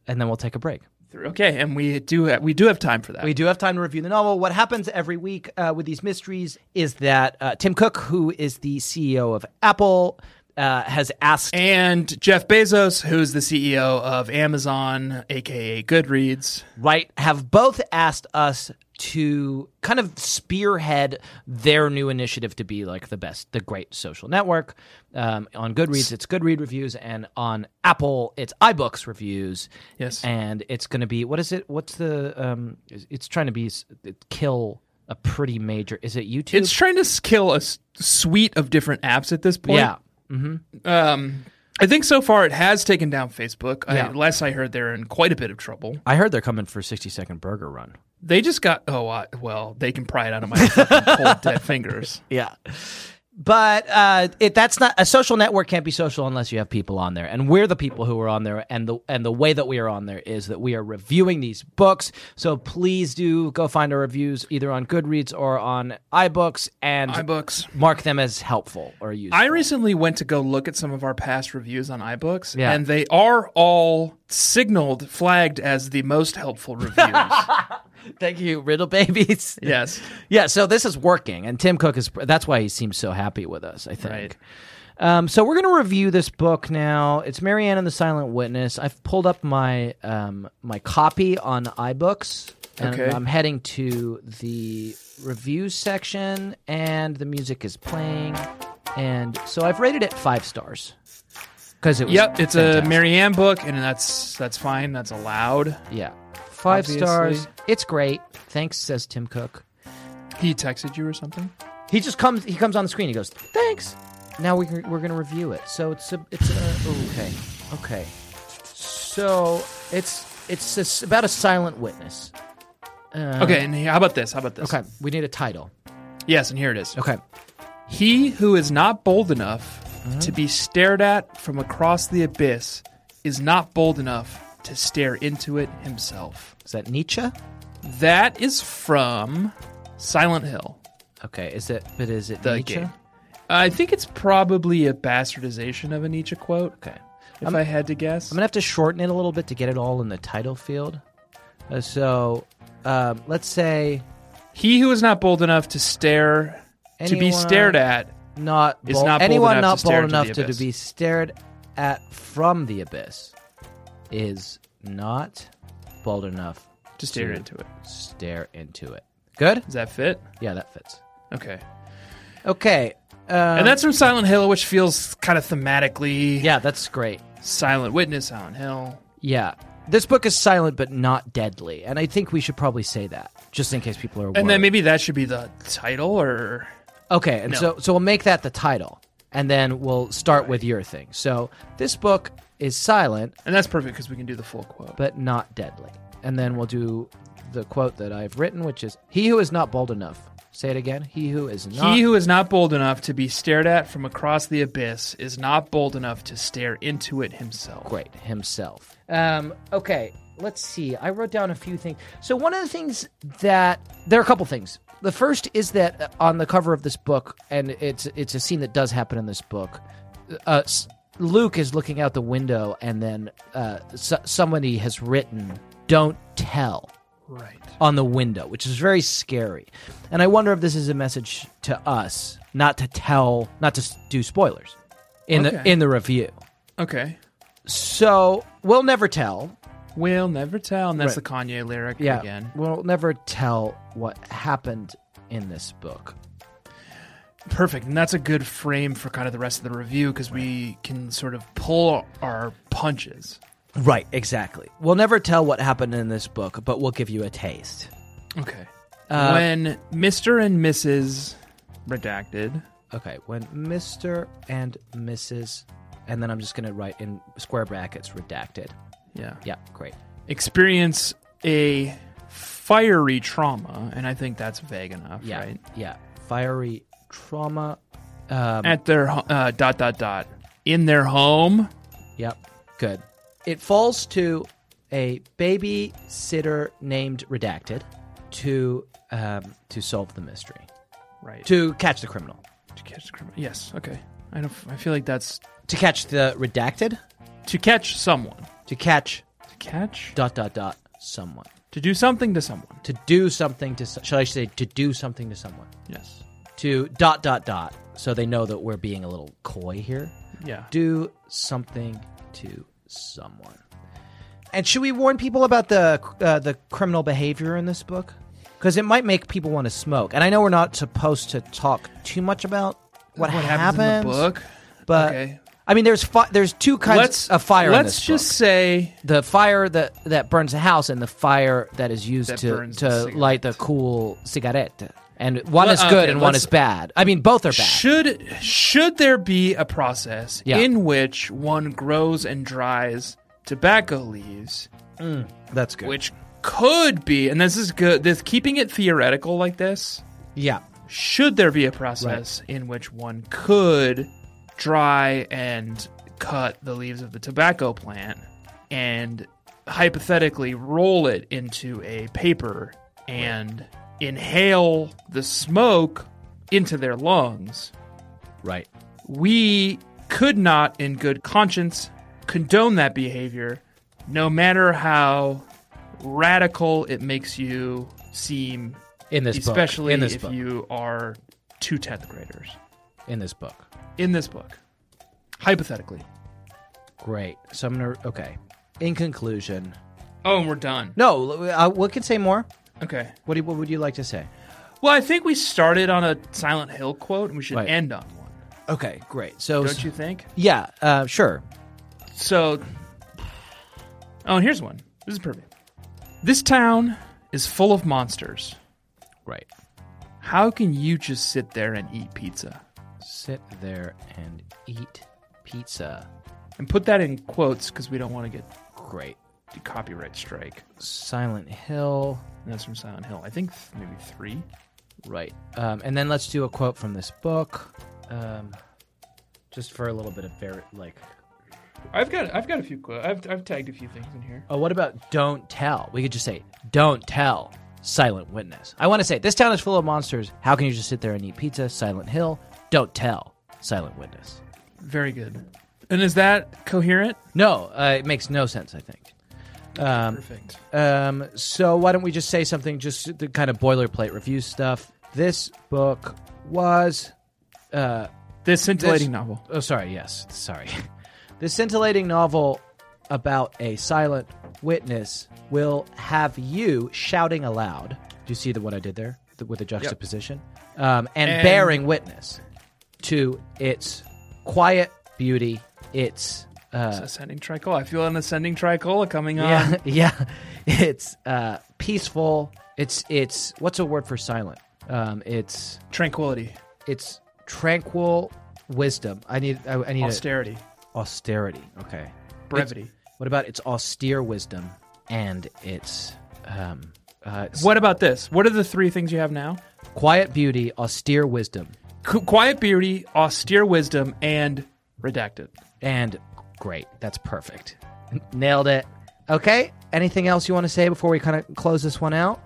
and then we'll take a break.
okay, and we do we do have time for that.
We do have time to review the novel. What happens every week uh, with these mysteries is that uh, Tim Cook, who is the CEO of Apple, uh, has asked.
and Jeff Bezos, who's the CEO of Amazon, aka Goodreads.
right, have both asked us to kind of spearhead their new initiative to be like the best, the great social network. Um, on Goodreads, it's Goodread reviews, and on Apple, it's iBooks reviews.
Yes.
and it's going to be what is it? What's the? Um, it's- it's trying to be s- kill a pretty major. Is it YouTube?
It's trying to kill a s- suite of different apps at this point.
yeah.
Um, I think so far it has taken down Facebook.
Yeah.
I, last I heard, they're in quite a bit of trouble.
I heard they're coming for 60 Second Burger Run.
They just got oh I, well, they can pry it out of my fucking cold dead fingers.
Yeah. But uh, it, that's not a social network can't be social unless you have people on there, and we're the people who are on there, and the and the way that we are on there is that we are reviewing these books. So please do go find our reviews either on Goodreads or on iBooks and
iBooks.
mark them as helpful or useful.
I recently went to go look at some of our past reviews on iBooks,
Yeah.
and they are all signaled, flagged as the most helpful reviews.
Thank you, Riddle Babies.
yes.
yeah. So this is working, and Tim Cook is that's why he seems so happy with us. I think.
Right.
Um, so we're going to review this book now. It's Marianne and the Silent Witness. I've pulled up my um, my copy on iBooks, and
Okay.
I'm heading to the review section, and the music is playing, and so I've rated it five stars because it was
Yep, it's a
fantastic.
Mary Ann book, and that's that's fine. That's allowed.
yeah five
Obviously.
stars. It's great. Thanks, says Tim Cook.
He texted you or something.
He just comes. He comes on the screen. He goes, "Thanks." Now we we're gonna review it. So it's a it's a ooh, okay okay. So it's it's a s about a silent witness. Uh,
Okay, and he, how about this? How about this?
Okay. We need a title.
Yes, and here it is.
Okay.
He who is not bold enough
Uh-huh.
to be stared at from across the abyss is not bold enough to stare into it himself.
Is that Nietzsche?
That is from Silent Hill.
Okay. Is it? But is it
The
Nietzsche?
game. I think it's probably a bastardization of a Nietzsche quote,
Okay.
if i had to guess.
I'm gonna have to shorten it a little bit to get it all in the title field. Uh, so um, let's say
he who is not bold enough to stare, to be
Anyone-
stared at,
not
Is
bold-
not bold
anyone
enough
not
to
bold
stare into
enough
the
to, to
abyss.
be stared at from the abyss is not bold enough
to stare into it.
stare into it. Good?
Does that fit?
Yeah, that fits.
Okay.
Okay. Um,
and that's from Silent Hill, which feels kind of thematically
yeah, that's great.
Silent Witness, Silent Hill.
Yeah. This book is silent but not deadly, and I think we should probably say that just in case people are.
And then
worried.
maybe that should be the title, or
Okay, and
No.
so so we'll make that the title, and then we'll start with your thing. So this book is silent
and that's perfect because we can do the full quote.
but not deadly. And then we'll do the quote that I've written, which is He who is not bold enough. Say it again. He who is not.
he who is not bold enough to be stared at from across the abyss is not bold enough to stare into it himself.
Great, himself. Um, okay, let's see. I wrote down a few things. So, one of the things that. There are a couple things. The first is that uh, on the cover of this book, and it's it's a scene that does happen in this book, uh, s- Luke is looking out the window, and then uh, so- somebody has written, Don't tell.
Right.
on the window, which is very scary. And I wonder if this is a message to us not to tell, not to s- do spoilers in the
Okay.
in the review.
Okay.
So we'll never tell.
We'll never tell, and that's
Right.
the Kanye lyric
Yeah,
again.
we'll never tell what happened in this book.
Perfect, and that's a good frame for kind of the rest of the review because we can sort of pull our punches.
Right, exactly. We'll never tell what happened in this book, but we'll give you a taste.
Okay.
Uh,
when Mr. and Mrs. Redacted.
Okay, when Mr. and Mrs. and then I'm just going to write in square brackets redacted.
Yeah.
Yeah, great.
experience a fiery trauma, and I think that's vague enough,
Yeah.
right?
Yeah. Fiery trauma. um,
At their ho- uh, dot dot dot in their home.
Yep. Good. It falls to a babysitter named Redacted to um, to solve the mystery,
Right.
to catch the criminal,
to catch the criminal. Yes. Okay. I don't. I feel like that's
to catch the redacted,
to catch someone.
to catch
To catch.
dot dot dot someone,
To do something to someone.
to do something to. so- Shall I say to do something to someone?
Yes.
To dot dot dot, so they know that we're being a little coy here.
Yeah.
do something to someone. And should we warn people about the uh, the criminal behavior in this book? Because it might make people want to smoke. And I know we're not supposed to talk too much about what,
happens, in the book?
but
Okay.
I mean, there's fi- there's two kinds
Let's
of fire. in
Let's
this
just
book.
say
the fire that that burns the house and the fire that is used
That
to
burns the
to
cigarette.
light the cool cigarette. and one
Well,
is good
okay,
and one
let's-
is bad. I mean, both are bad.
Should should there be a process
Yeah.
in which one grows and dries tobacco leaves,
That's good.
which could be, and this is good. This keeping it theoretical like this.
yeah,
Should there be a process in which one could dry and cut the leaves of the tobacco plant and hypothetically roll it into a paper and inhale the smoke into their lungs?
right.
we could not, in good conscience, condone that behavior, no matter how radical it makes you seem,
In this
especially
book, in this
if
book,
you are two 10th graders.
in this book.
In this book, hypothetically.
Great. So I'm gonna. Okay. In conclusion,
Oh, and we're done.
no. Uh, what can say more?
Okay.
What, do, what would you like to say?
Well, I think we started on a Silent Hill quote, and we should
Right.
end on one,
Okay, great. So,
don't you think?
yeah, uh, sure.
So, oh, and here's one. This is perfect. This town is full of monsters.
Right.
How can you just sit there and eat pizza?
Sit there and eat pizza.
And put that in quotes because we don't want to get
Great.
the copyright strike.
Silent Hill.
And that's from Silent Hill. I think th- maybe three.
Right. Um, and then let's do a quote from this book, um, just for a little bit of ver- like.
I've got I've got a few quotes. I've I've tagged a few things in here.
Oh, what about don't tell? We could just say don't tell. Silent witness. I want to say this town is full of monsters. How can you just sit there and eat pizza? Silent Hill. Don't tell. Silent witness.
Very good. And is that coherent?
No, uh, it makes no sense. I think.
Perfect.
Um, so why don't we just say something, just the kind of boilerplate review stuff. This book was, uh,
This scintillating
this-
novel.
Oh, sorry. Yes, sorry. the scintillating novel about a silent witness will have you shouting aloud. Do you see the what I did there The- with the juxtaposition um, and,
And-
bearing witness to its quiet beauty, its uh,
Ascending tricola. I feel an ascending tricola coming on.
yeah, yeah. It's uh, peaceful. It's it's what's a word for silent? Um, it's
Tranquility.
it's tranquil wisdom. I need I, I need a-
Austerity.
austerity. Okay.
Brevity.
What about its austere wisdom and its um, uh, s-
What about this? What are the three things you have now?
quiet beauty, austere wisdom,
Qu- quiet beauty, austere wisdom, and redacted.
and great. That's perfect. N- Nailed it. Okay. Anything else you want to say before we kind of close this one out?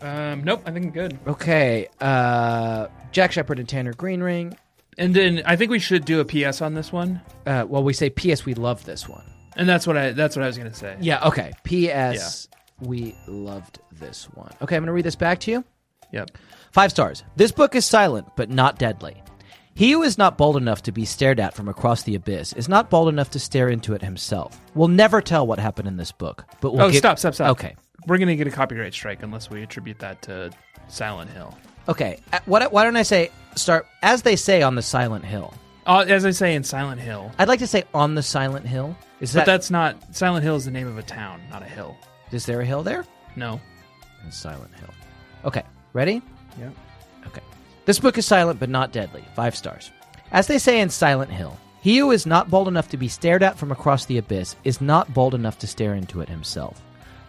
Um, nope, I think I'm good.
Okay. Uh, Jack Shepard and Tanner Greenring.
And then I think we should do a PS on this one.
uh, well, we say P.S. We love this one.
And that's what I that's what I was gonna say.
Yeah. Okay. P.S. We loved this one. Okay, I'm going to read this back to you.
Yep.
Five stars. This book is silent, but not deadly. He who is not bold enough to be stared at from across the abyss is not bold enough to stare into it himself. We'll never tell what happened in this book, but we'll
oh,
give-
stop, stop, stop.
Okay.
We're gonna get a copyright strike unless we attribute that to Silent Hill.
Okay. Uh, What, why don't I say start as they say on the Silent Hill?
Uh, as I say in Silent Hill,
I'd like to say on the Silent Hill. Is
but
that
that's not Silent Hill is the name of a town, not a hill.
is there a hill there?
No.
And Silent Hill. Okay. Ready?
Yep.
Okay. This book is silent but not deadly. Five stars. As they say in Silent Hill, he who is not bold enough to be stared at from across the abyss is not bold enough to stare into it himself.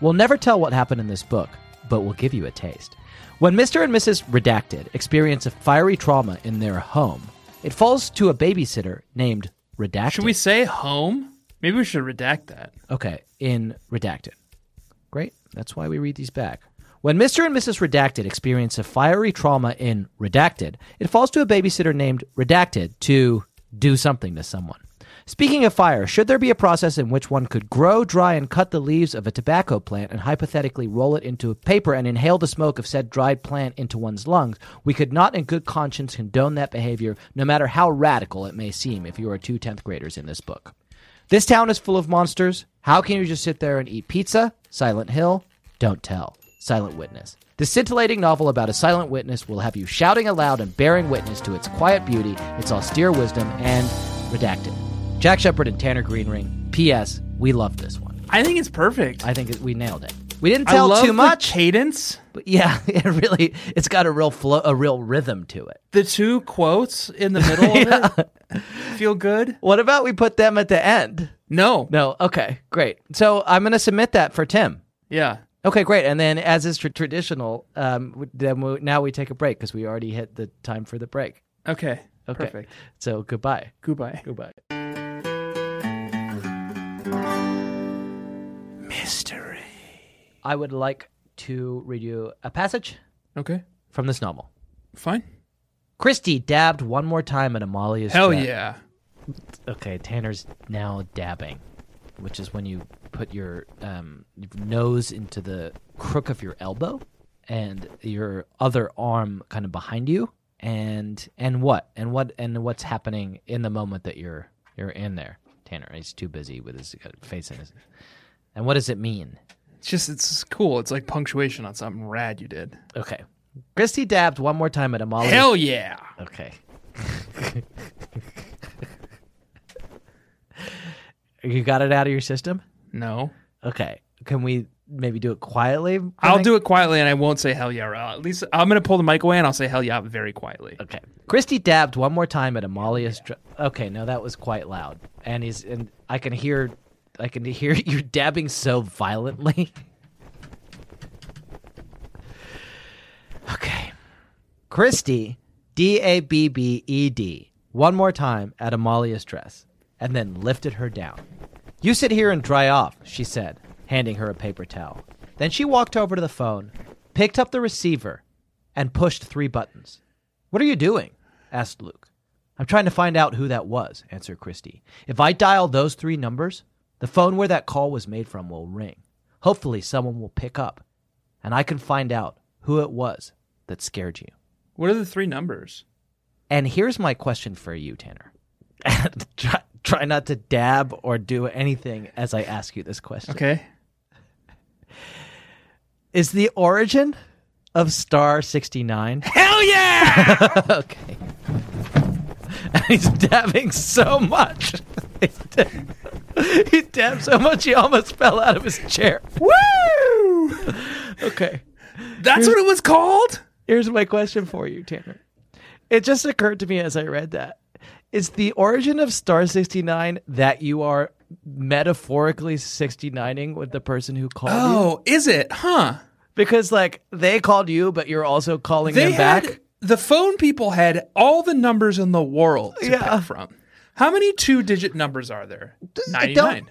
We'll never tell what happened in this book, but we'll give you a taste. When Mr. and Mrs. Redacted experience a fiery trauma in their home, it falls to a babysitter named Redacted.
Should we say home? Maybe we should redact that.
Okay, in Redacted. Great. That's why we read these back. When Mr. and Mrs. Redacted experience a fiery trauma in Redacted, it falls to a babysitter named Redacted to do something to someone. Speaking of fire, should there be a process in which one could grow, dry, and cut the leaves of a tobacco plant and hypothetically roll it into a paper and inhale the smoke of said dried plant into one's lungs, we could not in good conscience condone that behavior, no matter how radical it may seem if you are two 10th graders in this book. This town is full of monsters. How can you just sit there and eat pizza? Silent Hill, don't tell. Silent Witness. The scintillating novel about a silent witness will have you shouting aloud and bearing witness to its quiet beauty, its austere wisdom, and redacted. Jack Shepard and Tanner Greenring. P.S. We love this one.
I think it's perfect.
I think that we nailed it. We didn't
I
tell
love
too
the
much.
cadence.
but yeah, it really it's got a real flow, a real rhythm to it.
The two quotes in the middle of it feel good.
What about we put them at the end?
No.
No, okay, great. So I'm going to submit that for Tim.
Yeah.
Okay, great. And then, as is tr traditional, um, w- then we, now we take a break because we already hit the time for the break.
Okay.
Okay.
Perfect.
So goodbye.
Goodbye.
Goodbye.
Mystery.
I would like to read you a passage
Okay.
from this novel.
Fine.
Christy dabbed one more time at Amalia's.
Hell
trap.
yeah.
Okay, Tanner's now dabbing, which is when you put your um, nose into the crook of your elbow and your other arm kind of behind you and and what and what and what's happening in the moment that you're you're in there tanner he's too busy with his uh, face in his and what does it mean
It's just it's cool. It's like punctuation on something rad you did.
okay christy dabbed one more time at amalia's
Hell yeah.
Okay. you got it out of your system?
No.
Okay. Can we maybe do it quietly?
I'll do it quietly and I won't say hell yeah. Or I'll- at least I'm going to pull the mic away and I'll say hell yeah very quietly.
Okay. Christy dabbed one more time at Amalia's. Dr- okay, no, that was quite loud, and he's and I can hear, I can hear you dabbing so violently. okay. Christy, D A B B E D, one more time at Amalia's dress, and then lifted her down. You sit here and dry off, she said, handing her a paper towel. Then she walked over to the phone, picked up the receiver, and pushed three buttons. What are you doing? asked Luke. I'm trying to find out who that was, answered Christie. If I dial those three numbers, the phone where that call was made from will ring. Hopefully, someone will pick up, and I can find out who it was that scared you.
What are the three numbers?
And here's my question for you, Tanner. try, try not to dab or do anything as I ask you this question.
Okay.
Is the origin of Star 69
Hell yeah.
okay. He's dabbing so much. he dabbed so much he almost fell out of his chair.
Woo!
Okay.
That's what it was called?
Here's my question for you, Tanner. It just occurred to me as I read that. Is the origin of Star 69 that you are metaphorically 69ing with the person who called you?
Oh, is it? Huh.
Because, like, they called you, but you're also calling
They
them
had
back?
the phone people had all the numbers in the world to
Yeah.
pick from. How many two digit numbers are there?
I
99.
don't-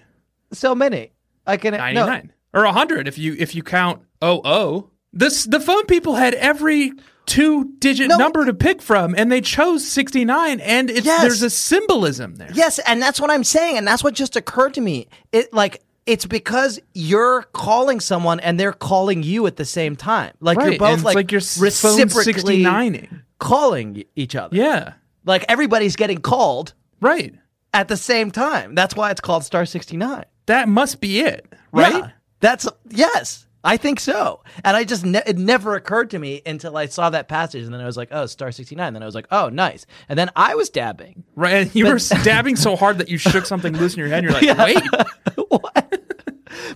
So many. I can. no.
99 or 100 if you if you count 00 this the phone people had every two digit
No.
number to pick from and they chose 69 and it's
Yes.
there's a symbolism there
Yes, and that's what I'm saying, and that's what just occurred to me. It like it's because you're calling someone and they're calling you at the same time. Like
Right,
you're both
and it's
like,
like you're s- phone
reciprocally
69ing.
calling y- each other.
yeah
like everybody's getting called
right
at the same time. That's why it's called Star sixty nine.
that must be it right
Yeah, that's yes. I think so. And I just, ne- it never occurred to me until I saw that passage. And then I was like, oh, Star 69. Then I was like, oh, nice. And then I was dabbing.
right and you were stabbing so hard that you shook something loose in your head and you're like wait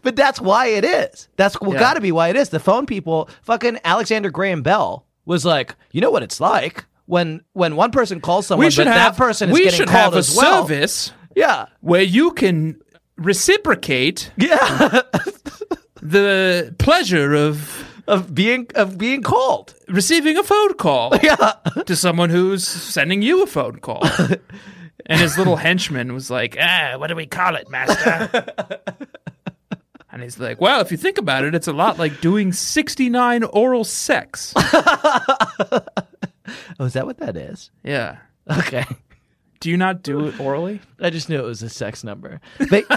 But that's why it is. That's
Yeah.
got to be why it is. The phone people, fucking Alexander Graham Bell was like, you know what it's like when when one person calls someone,
we should
but
have
that person is
we
getting
should
called
have a
as well.
service
Yeah,
where you can reciprocate
yeah,
the pleasure of
of being of being called. Oh,
receiving a phone call
Yeah,
to someone who's sending you a phone call. and his little henchman was like, ah, what do we call it, master? and he's like, well, if you think about it, it's a lot like doing 69 oral sex.
oh, is that what that is?
yeah.
Okay,
Do you not do it orally?
I just knew it was a sex number. But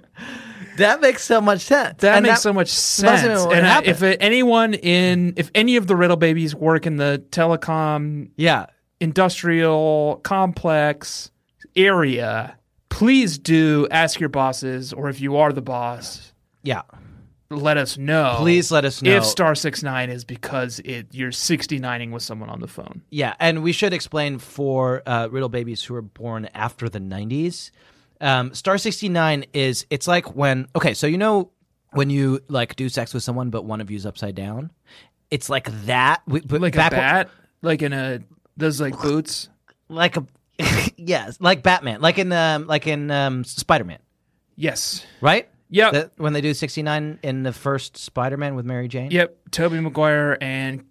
that makes so much sense.
That
And
makes so much sense.
must've been what
And I-
happened.
if uh, anyone in, if any of the Riddle babies work in the telecom
Yeah,
industrial complex area, please do ask your bosses, or if you are the boss,
yeah.
let us know.
Please let us know.
if star six nine is because it you're 69ing with someone on the phone.
Yeah, and we should explain for uh, riddle babies who were born after the '90s. Um, Star sixty nine is it's like when okay, so you know when you like do sex with someone but one of you's upside down it's like that we, but
Like
back
a bat, like in a those like boots.
like a yes like batman like in um like in um spider-man
Yes.
right
Yep.
That- when they do 69 in the first spider-man with mary jane
Yep. Toby Maguire and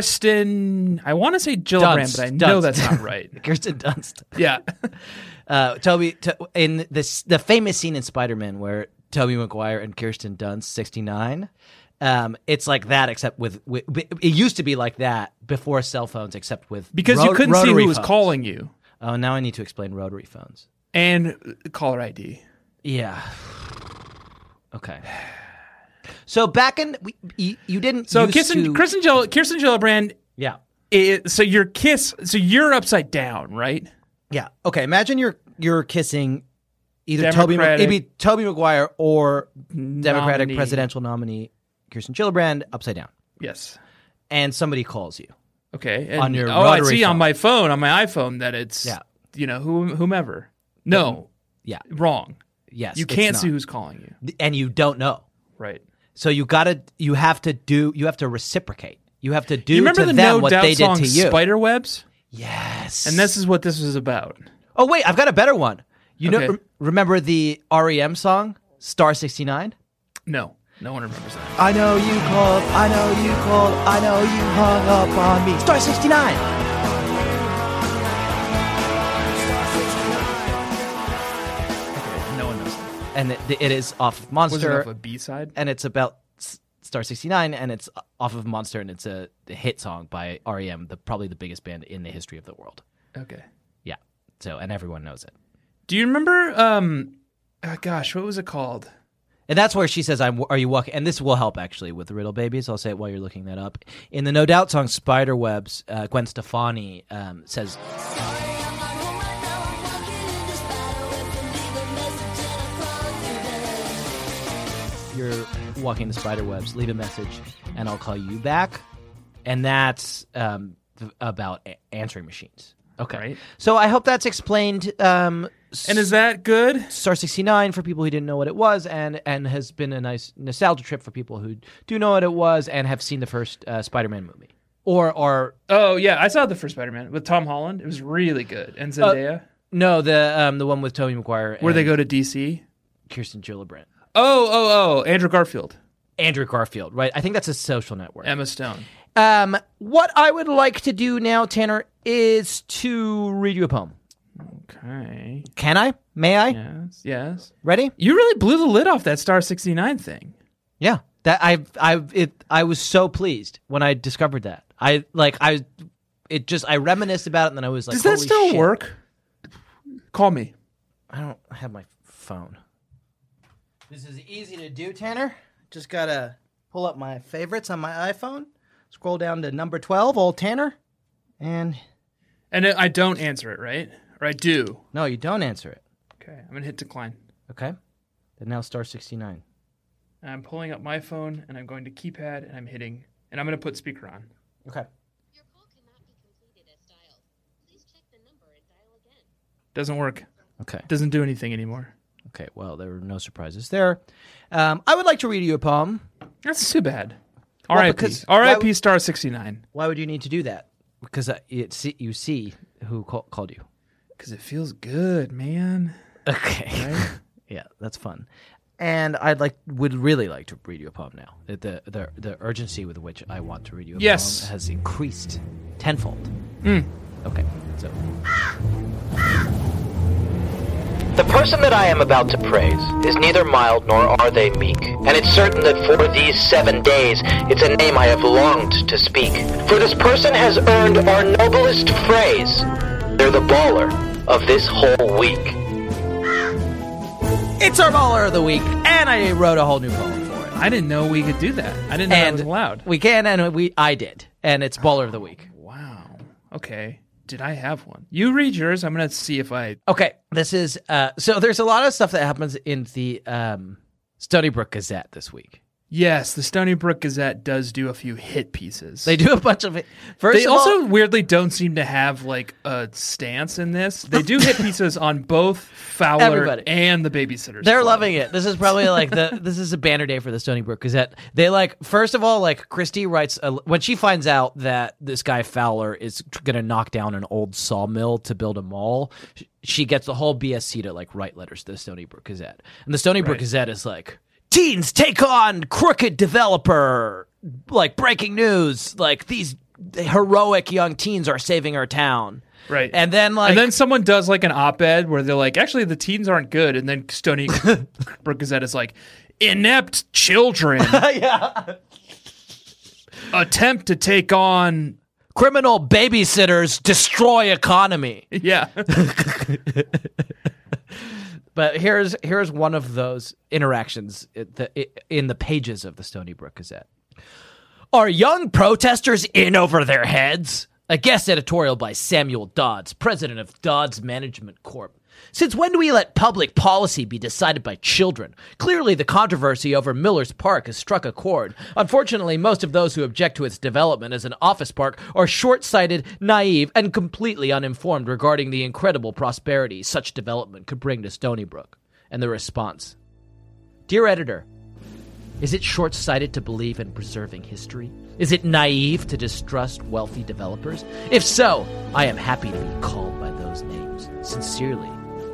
Kristen. I want to say Gillibrand,
Dunst,
but I know
Dunst.
that's not right.
kirsten dunst
yeah.
uh toby to, in this the famous scene in spider-man where toby maguire and kirsten dunst 69 um, it's like that, except with, with it used to be like that before cell phones, except with
Because you
ro-
couldn't see
rotary
who was
phones.
calling you
Oh, now I need to explain rotary phones.
and uh, caller ID.
Yeah. Okay. So back in we, you, you didn't.
So
used
Kirsten,
to-
Kristen, Gill, Kirsten Gillibrand.
Yeah.
i so your kiss. So you're upside down, right?
Yeah. Okay. Imagine you're you're kissing either Toby Toby.
Democratic-
It'd be Toby Maguire or Democratic
Nominee.
presidential nominee Kirsten Gillibrand upside down,
Yes.
and somebody calls you.
Okay. and-
On your
oh, I
rotary
see on
phone.
my phone, on my iPhone, that it's
Yeah.
you know whom, whomever. No,
Yeah.
wrong.
Yes.
You
it's
can't
not.
see who's calling you.
and you don't know.
Right.
So you gotta you have to do you have to reciprocate. You have to do
you remember
to
the
them
No
what
Doubt
they
song
did to you.
Spider Webs?
yes.
And this is what this was about.
Oh wait, I've got a better one. You know,
Okay.
rem- remember the REM song Star sixty nine?
No, no one remembers that.
I know you called. I know you called. I know you hung up on me. Star sixty nine. Ah.
Okay, no one knows that.
And it, it is off of
Was
Monster,
it off a B side?
and it's about S- Star sixty nine, and it's off of Monster, and it's a, a hit song by REM, the probably the biggest band in the history of the world.
Okay.
Yeah. So and everyone knows it.
Do you remember? Um, oh gosh, what was it called?
And that's where she says, "I'm." Are you walking? And this will help actually with the Riddle Babies. I'll say it while you're looking that up. In the No Doubt song "Spiderwebs," uh, Gwen Stefani um, says, "You're walking the spiderwebs. Leave a message, and I'll call you back." And that's um, th- about a- answering machines. Okay.
Right.
So I hope that's explained. Um,
And is that good?
Star 69 for people who didn't know what it was and and has been a nice nostalgia trip for people who do know what it was and have seen the first uh, Spider-Man movie. Or or
Oh yeah, I saw the first Spider Man with Tom Holland. It was really good. And Zendaya,
no, the um the one with Tobey Maguire
where they
Uh, and
go to DC.
Kirsten Gillibrand.
Oh oh oh, Andrew Garfield,
Andrew Garfield, right? I think that's a social network.
Emma Stone.
Um what I would like to do now Tanner is to read you a poem.
Okay.
Can I? May I?
Yes. Yes.
Ready?
You really blew the lid off that Star sixty nine thing.
Yeah, that I I it I was so pleased when I discovered that. I like I it just I reminisced about it and then I was like,
Does that
"Holy
still
shit."
work? Call me.
I don't have my phone. This is easy to do, Tanner. Just gotta pull up my favorites on my iPhone, scroll down to number twelve, old Tanner, and
And I I don't answer it, right? Or I do.
no, you don't answer it.
Okay, I'm gonna hit decline.
Okay, then now star sixty nine.
And I'm pulling up my phone and I'm going to keypad and I'm hitting and I'm going to put speaker on.
Okay.
Your call cannot be completed as dialed. Please check the number and dial again.
Doesn't work.
Okay.
Doesn't do anything anymore.
Okay. Well, there were no surprises there. Um, I would like to read you a poem.
That's too bad.
Well,
R.I.P.
because-
R.I.P.
why would-
Star 69.
Why would you need to do that? Because uh, it see, you see who call, called you.
Because it feels good, man.
Okay. yeah, that's fun. And I'd like would really like to read you a poem now. The the the, the urgency with which I want to read you a
Yes. Mm.
poem has increased tenfold. Okay. So
The person that I am about to praise is neither mild nor are they meek, and it's certain that for these seven days it's a name I have longed to speak. For this person has earned our noblest phrase. They're the baller of this whole week.
it's our baller of the week, and I wrote a whole new poem for it.
I didn't know we could do that. I didn't know that
and
was allowed.
we can, and we I did, and it's baller of the week.
Wow. Okay. Did I have one? You read yours. I'm going to see if I.
Okay, this is uh, so. There's a lot of stuff that happens in the um, Stony Brook Gazette this week.
Yes, the Stony Brook Gazette does do a few hit pieces.
They do a bunch of first.
They
of
also
all,
weirdly don't seem to have like a stance in this. They do hit pieces on both Fowler
Everybody.
and the babysitters.
they're
Club.
loving it. This is probably like the this is a banner day for the Stony Brook Gazette. They like first of all like Christy writes a, when she finds out that this guy Fowler is tr- gonna knock down an old sawmill to build a mall. sh- She gets the whole BSC to like write letters to the Stony Brook Gazette, and the Stony Brook Gazette is like teens take on crooked developer like breaking news like these heroic young teens are saving our town
Right.
and then like
and then someone does like an op-ed where they're like, actually the teens aren't good, and then Stony Brook Gazette is like, inept children
yeah
attempt to take on.
criminal babysitters destroy economy.
Yeah,
But here's here's one of those interactions at the- i- in the pages of the Stony Brook Gazette. Are young protesters in over their heads? A guest editorial by Samuel Dodds, president of Dodds Management Corp. Since when do we let public policy be decided by children? Clearly, the controversy over Miller's Park has struck a chord. Unfortunately, most of those who object to its development as an office park are short sighted, naive, and completely uninformed regarding the incredible prosperity such development could bring to Stony Brook. And the response Dear editor, is it short sighted to believe in preserving history? Is it naive to distrust wealthy developers? If so, I am happy to be called by those names. Sincerely,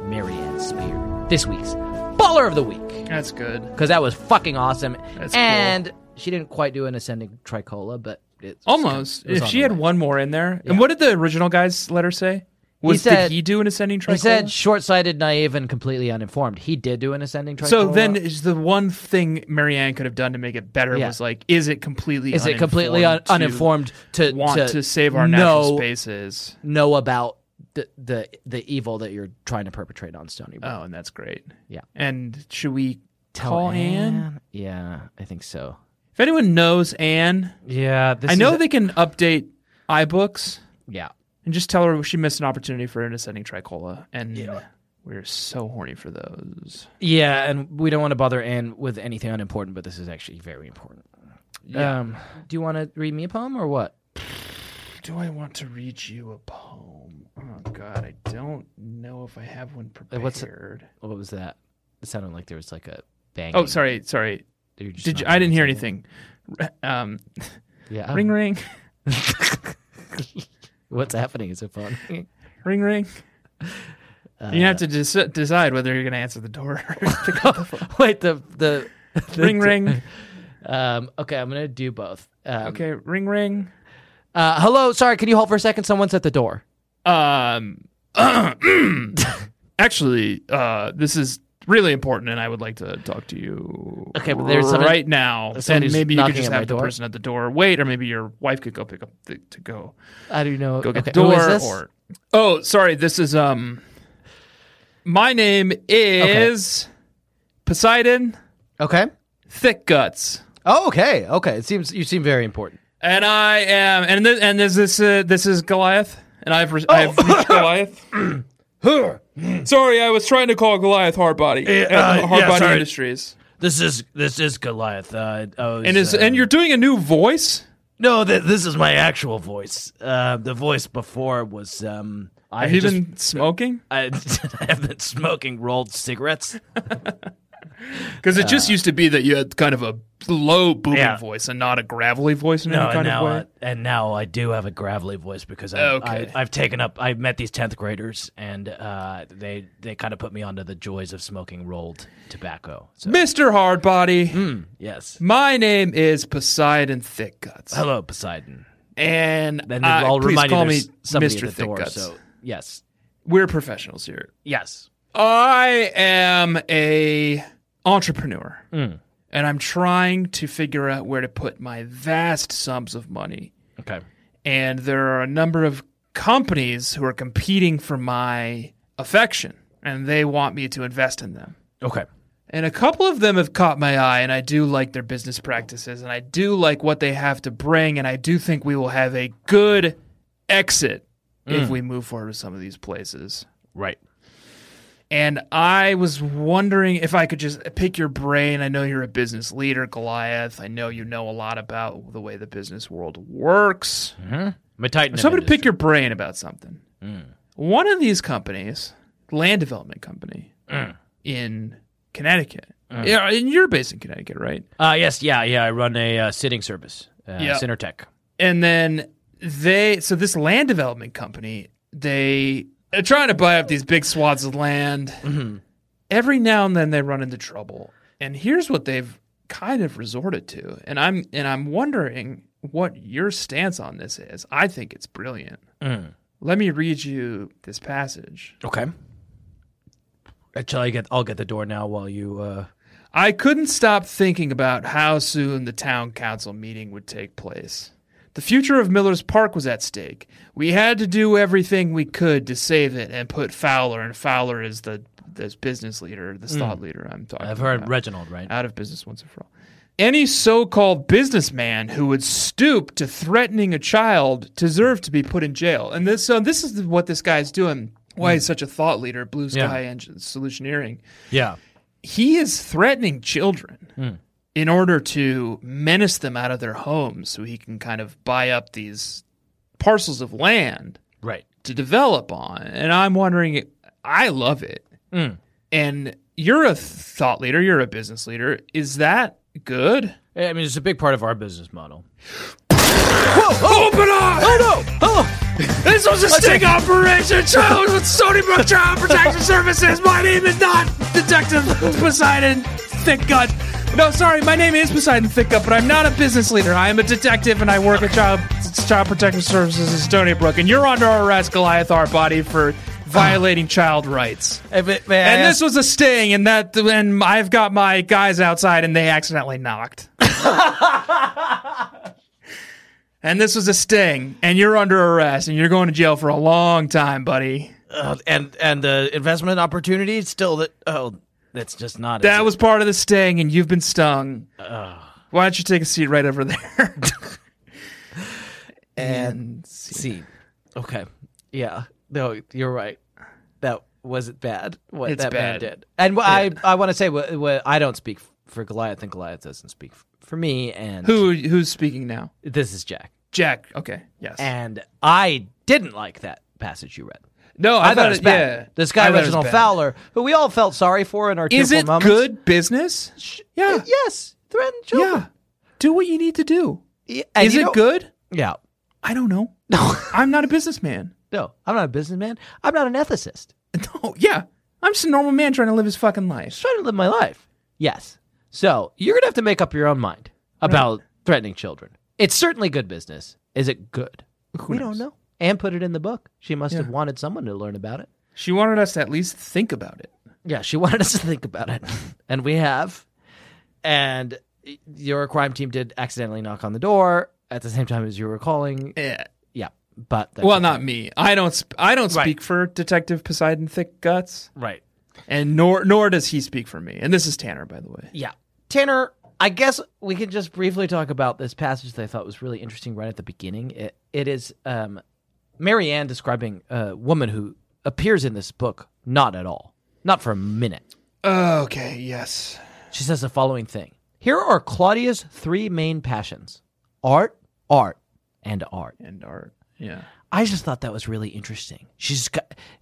Marianne Spear. This week's Baller of the Week.
that's good.
Because that was fucking awesome.
That's cool.
and she didn't quite do an ascending tricola, but it's
Almost.
it was
if
on
she
the
had
way.
one more in there, and what did the original guy's letter say? Was
said-
did he do an ascending tricolor?
He said short sighted, naive, and completely uninformed. He did do an ascending tricola.
So then, is the one thing Marianne could have done to make it better
Yeah.
was like, is it completely
is it completely un-
to
uninformed to
want to, save our
know-
natural spaces?
know about the the the evil that you're trying to perpetrate on Stony Brook.
Oh, and that's great.
Yeah.
And should we
Tell
call Anne?
Yeah, I think so.
If anyone knows Anne,
Yeah, this
I know they can update iBooks
Yeah,
and just tell her she missed an opportunity for an ascending tricola, and we're so horny for those.
yeah, and we don't want to bother Anne with anything unimportant, but this is actually very important. Um, do you want to read me a poem or what?
Do I want to read you a poem? Oh God, I don't know if I have one
Uh,
prepared.
what's- What was that? It sounded like there was like a bang.
Oh, sorry, sorry. Did you, I didn't hear anything. R- Um,
Yeah.
Ring, ring,
What's happening? Is it fun?
ring, ring. you have to dec- decide whether you're going to answer the door. or pick up the phone.
Oh, Wait, the the
ring, ring.
Um, okay, I'm gonna do both. Um,
Okay, ring, ring.
Uh, hello, sorry, can you hold for a second? Someone's at the door.
Um, actually, uh, this is really important, and I would like to talk to you.
Okay, but there's someone-
right now,
someone
and
who's
maybe you
knocking
could just
at my
have the
door?
person at the door wait, or maybe your wife could go pick up the, to go
I don't know.
go get
okay,
the door.
Who is this?
Or oh, sorry, this is um, my name is Poseidon
Okay.
Thick Guts.
Oh, okay. Okay. It seems you seem very important.
And I am, and this, and this is uh, this is Goliath, and I've re- I've reached Goliath. Sorry, I was trying to call Goliath Hardbody, at
yeah,
Hardbody
sorry.
Industries,
This is this is Goliath. Uh,
and is and you're doing a new voice.
no, th- this is my actual voice. Uh, the voice before was um, I
Have you been smoking?
I, have been smoking rolled cigarettes.
Because it just used to be that you had kind of a low booming
Yeah.
voice and not a gravelly voice in any
and
kind of
now
way.
uh, and now I do have a gravelly voice because I,
Okay.
I I've taken up. I met these tenth graders and uh, they they kind of put me onto the joys of smoking rolled tobacco. So
Mr. Hardbody,
yes.
my name is Poseidon Thick Guts,
Hello, Poseidon.
and
Then
uh,
I'll
please
remind
call
you
me
there's somebody
Mr.
at the
Thick
door.
Guts.
So yes,
We're professionals here.
yes.
I am a entrepreneur, and I'm trying to figure out where to put my vast sums of money.
Okay.
And there are a number of companies who are competing for my affection, and they want me to invest in them.
Okay.
And a couple of them have caught my eye, and I do like their business practices, and I do like what they have to bring, and I do think we will have a good exit if we move forward with some of these places.
Right.
And I was wondering if I could just pick your brain. I know you're a business leader, Goliath. I know you know a lot about the way the business world works.
I'm a titan. of
So I'm going to
industry.
pick your brain about something. One of these companies, land development company in Connecticut. Yeah, and you're based in Connecticut, right?
Uh, yes, yeah, yeah. I run a uh, sitting service, uh,
Yeah.
Centertech.
And then they, so this land development company, they are trying to buy up these big swaths of land. Every now and then they run into trouble. And here's what they've kind of resorted to. And I'm and I'm wondering what your stance on this is. I think it's brilliant. Let me read you this passage.
Okay. Shall I get? I'll get the door now while you. Uh...
I couldn't stop thinking about how soon the town council meeting would take place. The future of Miller's Park was at stake. We had to do everything we could to save it and put Fowler, and Fowler is the this business leader, this thought leader I'm talking
Hmm. I've
about
heard Reginald, right?
out of business once and for all. Any so called businessman who would stoop to threatening a child deserved to be put in jail. And this, so this is what this guy's doing. Why he's such a thought leader, blue
Hmm. Yeah.
sky engine, solutioneering.
yeah.
He is threatening children in order to menace them out of their homes so he can kind of buy up these parcels of land
Right.
to develop on. And I'm wondering, I love it. And you're a thought leader, you're a business leader. Is that good?
I mean, it's a big part of our business model.
Open up! Oh no! Oh! This was a sting operation! Charles with Sony Brook Child Protection Services! My name is not Detective Poseidon Thickgut. No, sorry, my name is Poseidon Thickgut, but I'm not a business leader. I am a detective and I work at Child, Child Protection Services in Stony Brook, and you're under arrest, Goliath R. Body, for violating child rights. And this was a sting, and that and I've got my guys outside, and they accidentally knocked. and this was a sting, and you're under arrest, and you're going to jail for a long time, buddy.
uh, and and the investment opportunity still that oh that's just not
That was part of the sting, and you've been stung. Why don't you take a seat right over there? and
see okay yeah no you're right that wasn't bad what
It's
that man
bad.
did and what I I want to say what, what I don't speak for Goliath and Goliath doesn't speak for me and
who who's speaking now?
this is Jack
Jack. Okay. Yes.
and I didn't like that passage you read.
no, I,
I, thought it was bad.
Yeah,
This
I
guy
thought it was
Reginald
bad.
Fowler, who we all felt sorry for in our
Is
tearful
it
moments.
good business? Yeah.
Yes. Threaten children.
Yeah. Do what you need to do.
Yeah. And
is
you
it
know-
good?
Yeah.
I don't know. No. I'm not a businessman.
No, I'm not a businessman. I'm not an ethicist.
No, Oh, yeah. I'm just a normal man trying to live his fucking
just
life.
trying to live my life. Yes. So you're gonna have to make up your own mind about threatening children. It's certainly good business. Is it good? we
knows?
don't know. Anne put it in the book. She must have wanted someone to learn about it.
She wanted us to at least think about it.
Yeah, she wanted us to think about it, and we have. And y- your crime team did accidentally knock on the door at the same time as you were calling.
Yeah.
Yeah, but that's
Well, not me. I don't. Sp- I don't
Right.
speak for Detective Poseidon Thick Guts,
right.
and nor nor does he speak for me. And this is Tanner, by the way.
Yeah. Tanner, I guess we can just briefly talk about this passage that I thought was really interesting right at the beginning. It, it is um, Mary Ann describing a woman who appears in this book not at all, not for a minute.
Okay. Yes.
She says the following thing Here are Claudia's three main passions art, art, and art.
And art. Yeah.
I just thought that was really interesting. She's ki-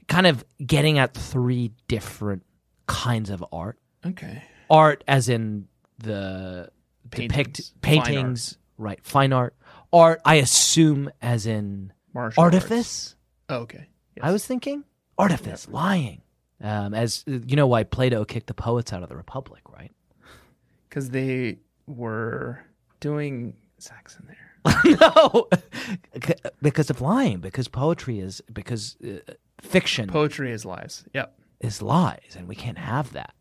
kind of getting at three different kinds of art
Okay.
art as in the
Paintings.
paintings,
Fine art.
paintings right fine art art i assume as in
Martial
artifice
Oh, okay.
i was thinking artifice lying um, as you know why plato kicked the poets out of the republic right
Because they were doing sex in there.
no because of lying because poetry is because uh, fiction
Poetry is lies. Yep.
is lies, and we can't have that.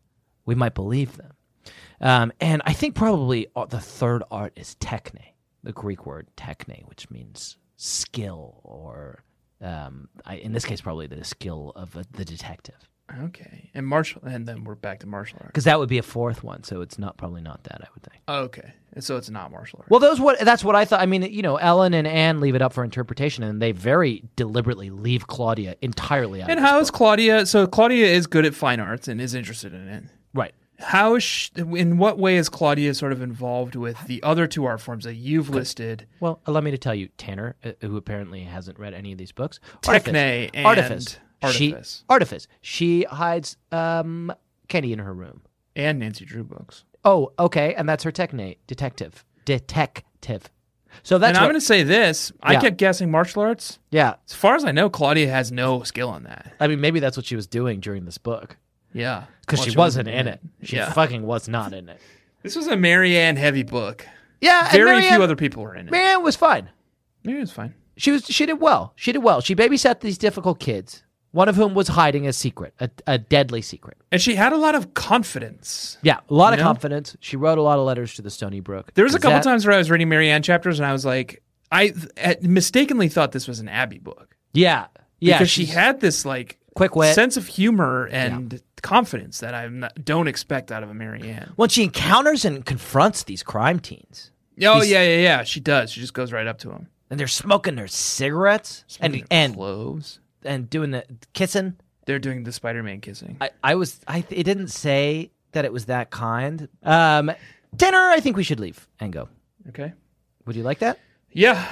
We might believe them. Um, and I think probably uh, the third art is techne, the Greek word techne, which means skill, or um, I, in this case, probably the skill of uh, the detective.
Okay. And martial, and then we're back to martial arts.
because that would be a fourth one. So it's not probably not that I would think.
Okay. So it's not martial arts.
Well, those what that's what I thought. I mean, you know, Ellen and Anne leave it up for interpretation, and they very deliberately leave Claudia entirely out.
and
of this.
how is Claudia? So Claudia is good at fine arts and is interested in it.
right?
How is she, in what way is Claudia sort of involved with the other two art forms that you've listed?
Well, allow me to tell you, Tanner, uh, who apparently hasn't read any of these books, Artifice.
Techne and
Artifice.
Artifice.
She, artifice. She hides um, Kenny in her room.
And Nancy Drew books.
Oh, okay, and that's her techne detective. Detective. So that's
and I'm
what-
going to say this. I
Yeah.
kept guessing martial arts.
yeah.
As far as I know, Claudia has no skill on that.
I mean, maybe that's what she was doing during this book
Yeah.
because
Well,
she, wasn't in it. She
yeah.
fucking was not in it.
This was a Marianne heavy book.
Yeah,
Very
and Uh, Marianne,
few other people were in it.
Marianne was fine.
Marianne's fine.
She was. She did well. She did well. She babysat these difficult kids. One of whom was hiding a secret, a, a deadly secret.
And she had a lot of confidence.
Yeah, a lot of
You know?
confidence. She wrote a lot of letters to the Stony Brook.
There was a couple
Gazette.
times where I was reading Marianne chapters and I was like, I uh, mistakenly thought this was an Abby book
Yeah, yeah.
because she
she's
had this like
quick wit.
sense of humor and confidence that I don't expect out of a Marianne.
when she encounters and confronts these crime teens,
Oh yeah, yeah, yeah. She does. She just goes right up to him.
and they're smoking their cigarettes and and
clothes.
and doing the kissing.
They're doing the Spider-Man kissing.
I, I was I it didn't say that it was that kind. Um, dinner. I think we should leave and go.
Okay.
Would you like that?
Yeah.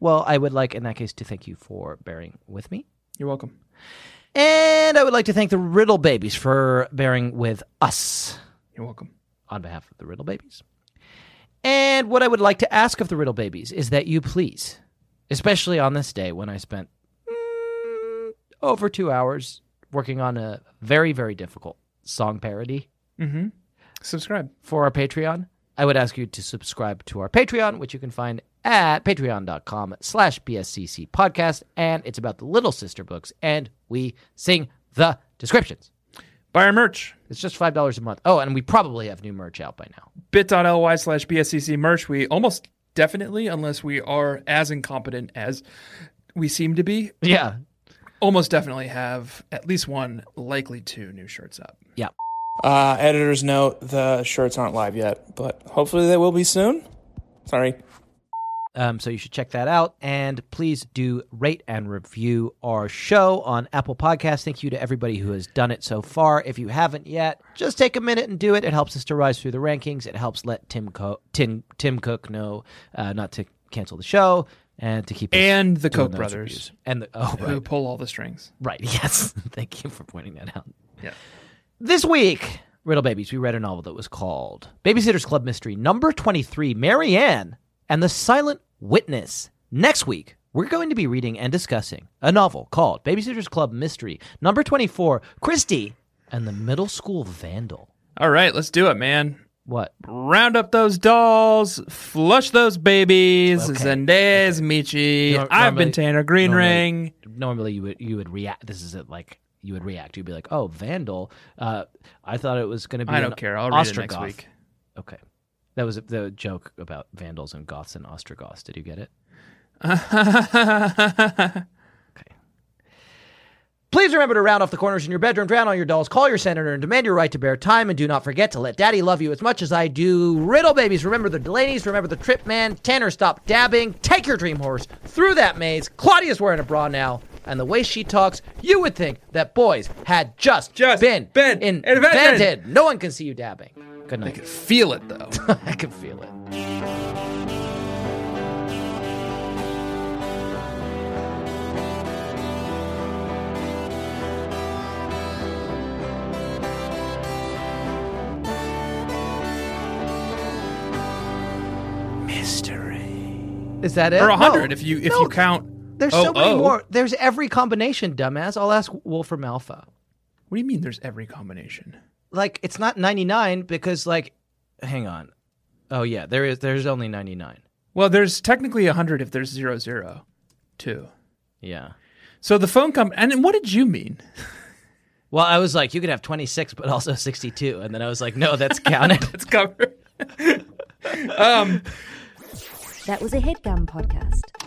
Well, I would like in that case to thank you for bearing with me.
You're welcome.
And I would like to thank the Riddle Babies for bearing with us
You're welcome.
on behalf of the Riddle Babies. And what I would like to ask of the Riddle Babies is that you please, especially on this day when I spent mm, over two hours working on a very, very difficult song parody
Subscribe.
for our Patreon, I would ask you to subscribe to our Patreon, which you can find at patreon.com slash BSCC podcast. And it's about the Little Sister books, and we sing the descriptions.
Buy our merch.
It's just $5 a month. Oh, and we probably have new merch out by now.
bit.ly slash BSCC merch. We almost definitely, unless we are as incompetent as we seem to be,
Yeah.
almost definitely have at least one, likely two new shirts up.
Yeah.
Uh, editor's note, the shirts aren't live yet, but hopefully they will be soon. Sorry.
Um, so you should check that out. And please do rate and review our show on Apple Podcasts. Thank you to everybody who has done it so far. If you haven't yet, just take a minute and do it. It helps us to rise through the rankings. It helps let Tim, Co- Tim, Tim Cook know uh, not to cancel the show and to keep us
And the
doing
Koch
those
brothers.
reviews. And the, oh,
Who
right.
pull all the strings.
Right. Yes. Thank you for pointing that out.
Yeah.
This week, Riddle Babies, we read a novel that was called Babysitter's Club Mystery Number 23, Marianne and the Silent Witness. Next week, we're going to be reading and discussing a novel called Babysitter's Club Mystery Number 24, Christie and the Middle School Vandal.
All right, let's do it, man.
What?
Round up those dolls, flush those babies.
Okay.
Zendaya's Michi.
Nor-
I've been
normally-
Tanner Green
normally-
Ring.
Normally you would you would react this is it like you would react. You'd be like, "Oh, Vandal. Uh, I thought it was going to be
I
an
don't care. I'll read it next
Ostrogoth."
week.
Okay. That was the joke about vandals and goths and ostrogoths. Did you get it? Please remember to round off the corners in your bedroom, drown all your dolls, call your senator, and demand your right to bear time. And do not forget to let daddy love you as much as I do. Riddle babies, remember the Delaney's, remember the trip man. Tanner, stop dabbing. Take your dream horse through that maze. Claudia's wearing a bra now. And the way she talks, you would think that boys had just,
Just
been,
been
invented.
invented.
No one can see you dabbing. Good
I
night.
could feel it though.
I can feel it.
Mystery.
Is that it?
or
No.
hundred if you if
No.
you count.
There's
oh,
so many
oh.
more. There's every combination, dumbass. I'll ask Wolfram Alpha.
What do you mean? There's every combination.
Like it's not 99 because like, hang on. Oh yeah, there is. There's only 99.
Well, there's technically 100 if there's zero zero, two.
Yeah.
So the phone company. And what did you mean?
Well, I was like, you could have 26, but also 62, and then I was like, no, that's counted.
It's covered.
That was a headgum podcast.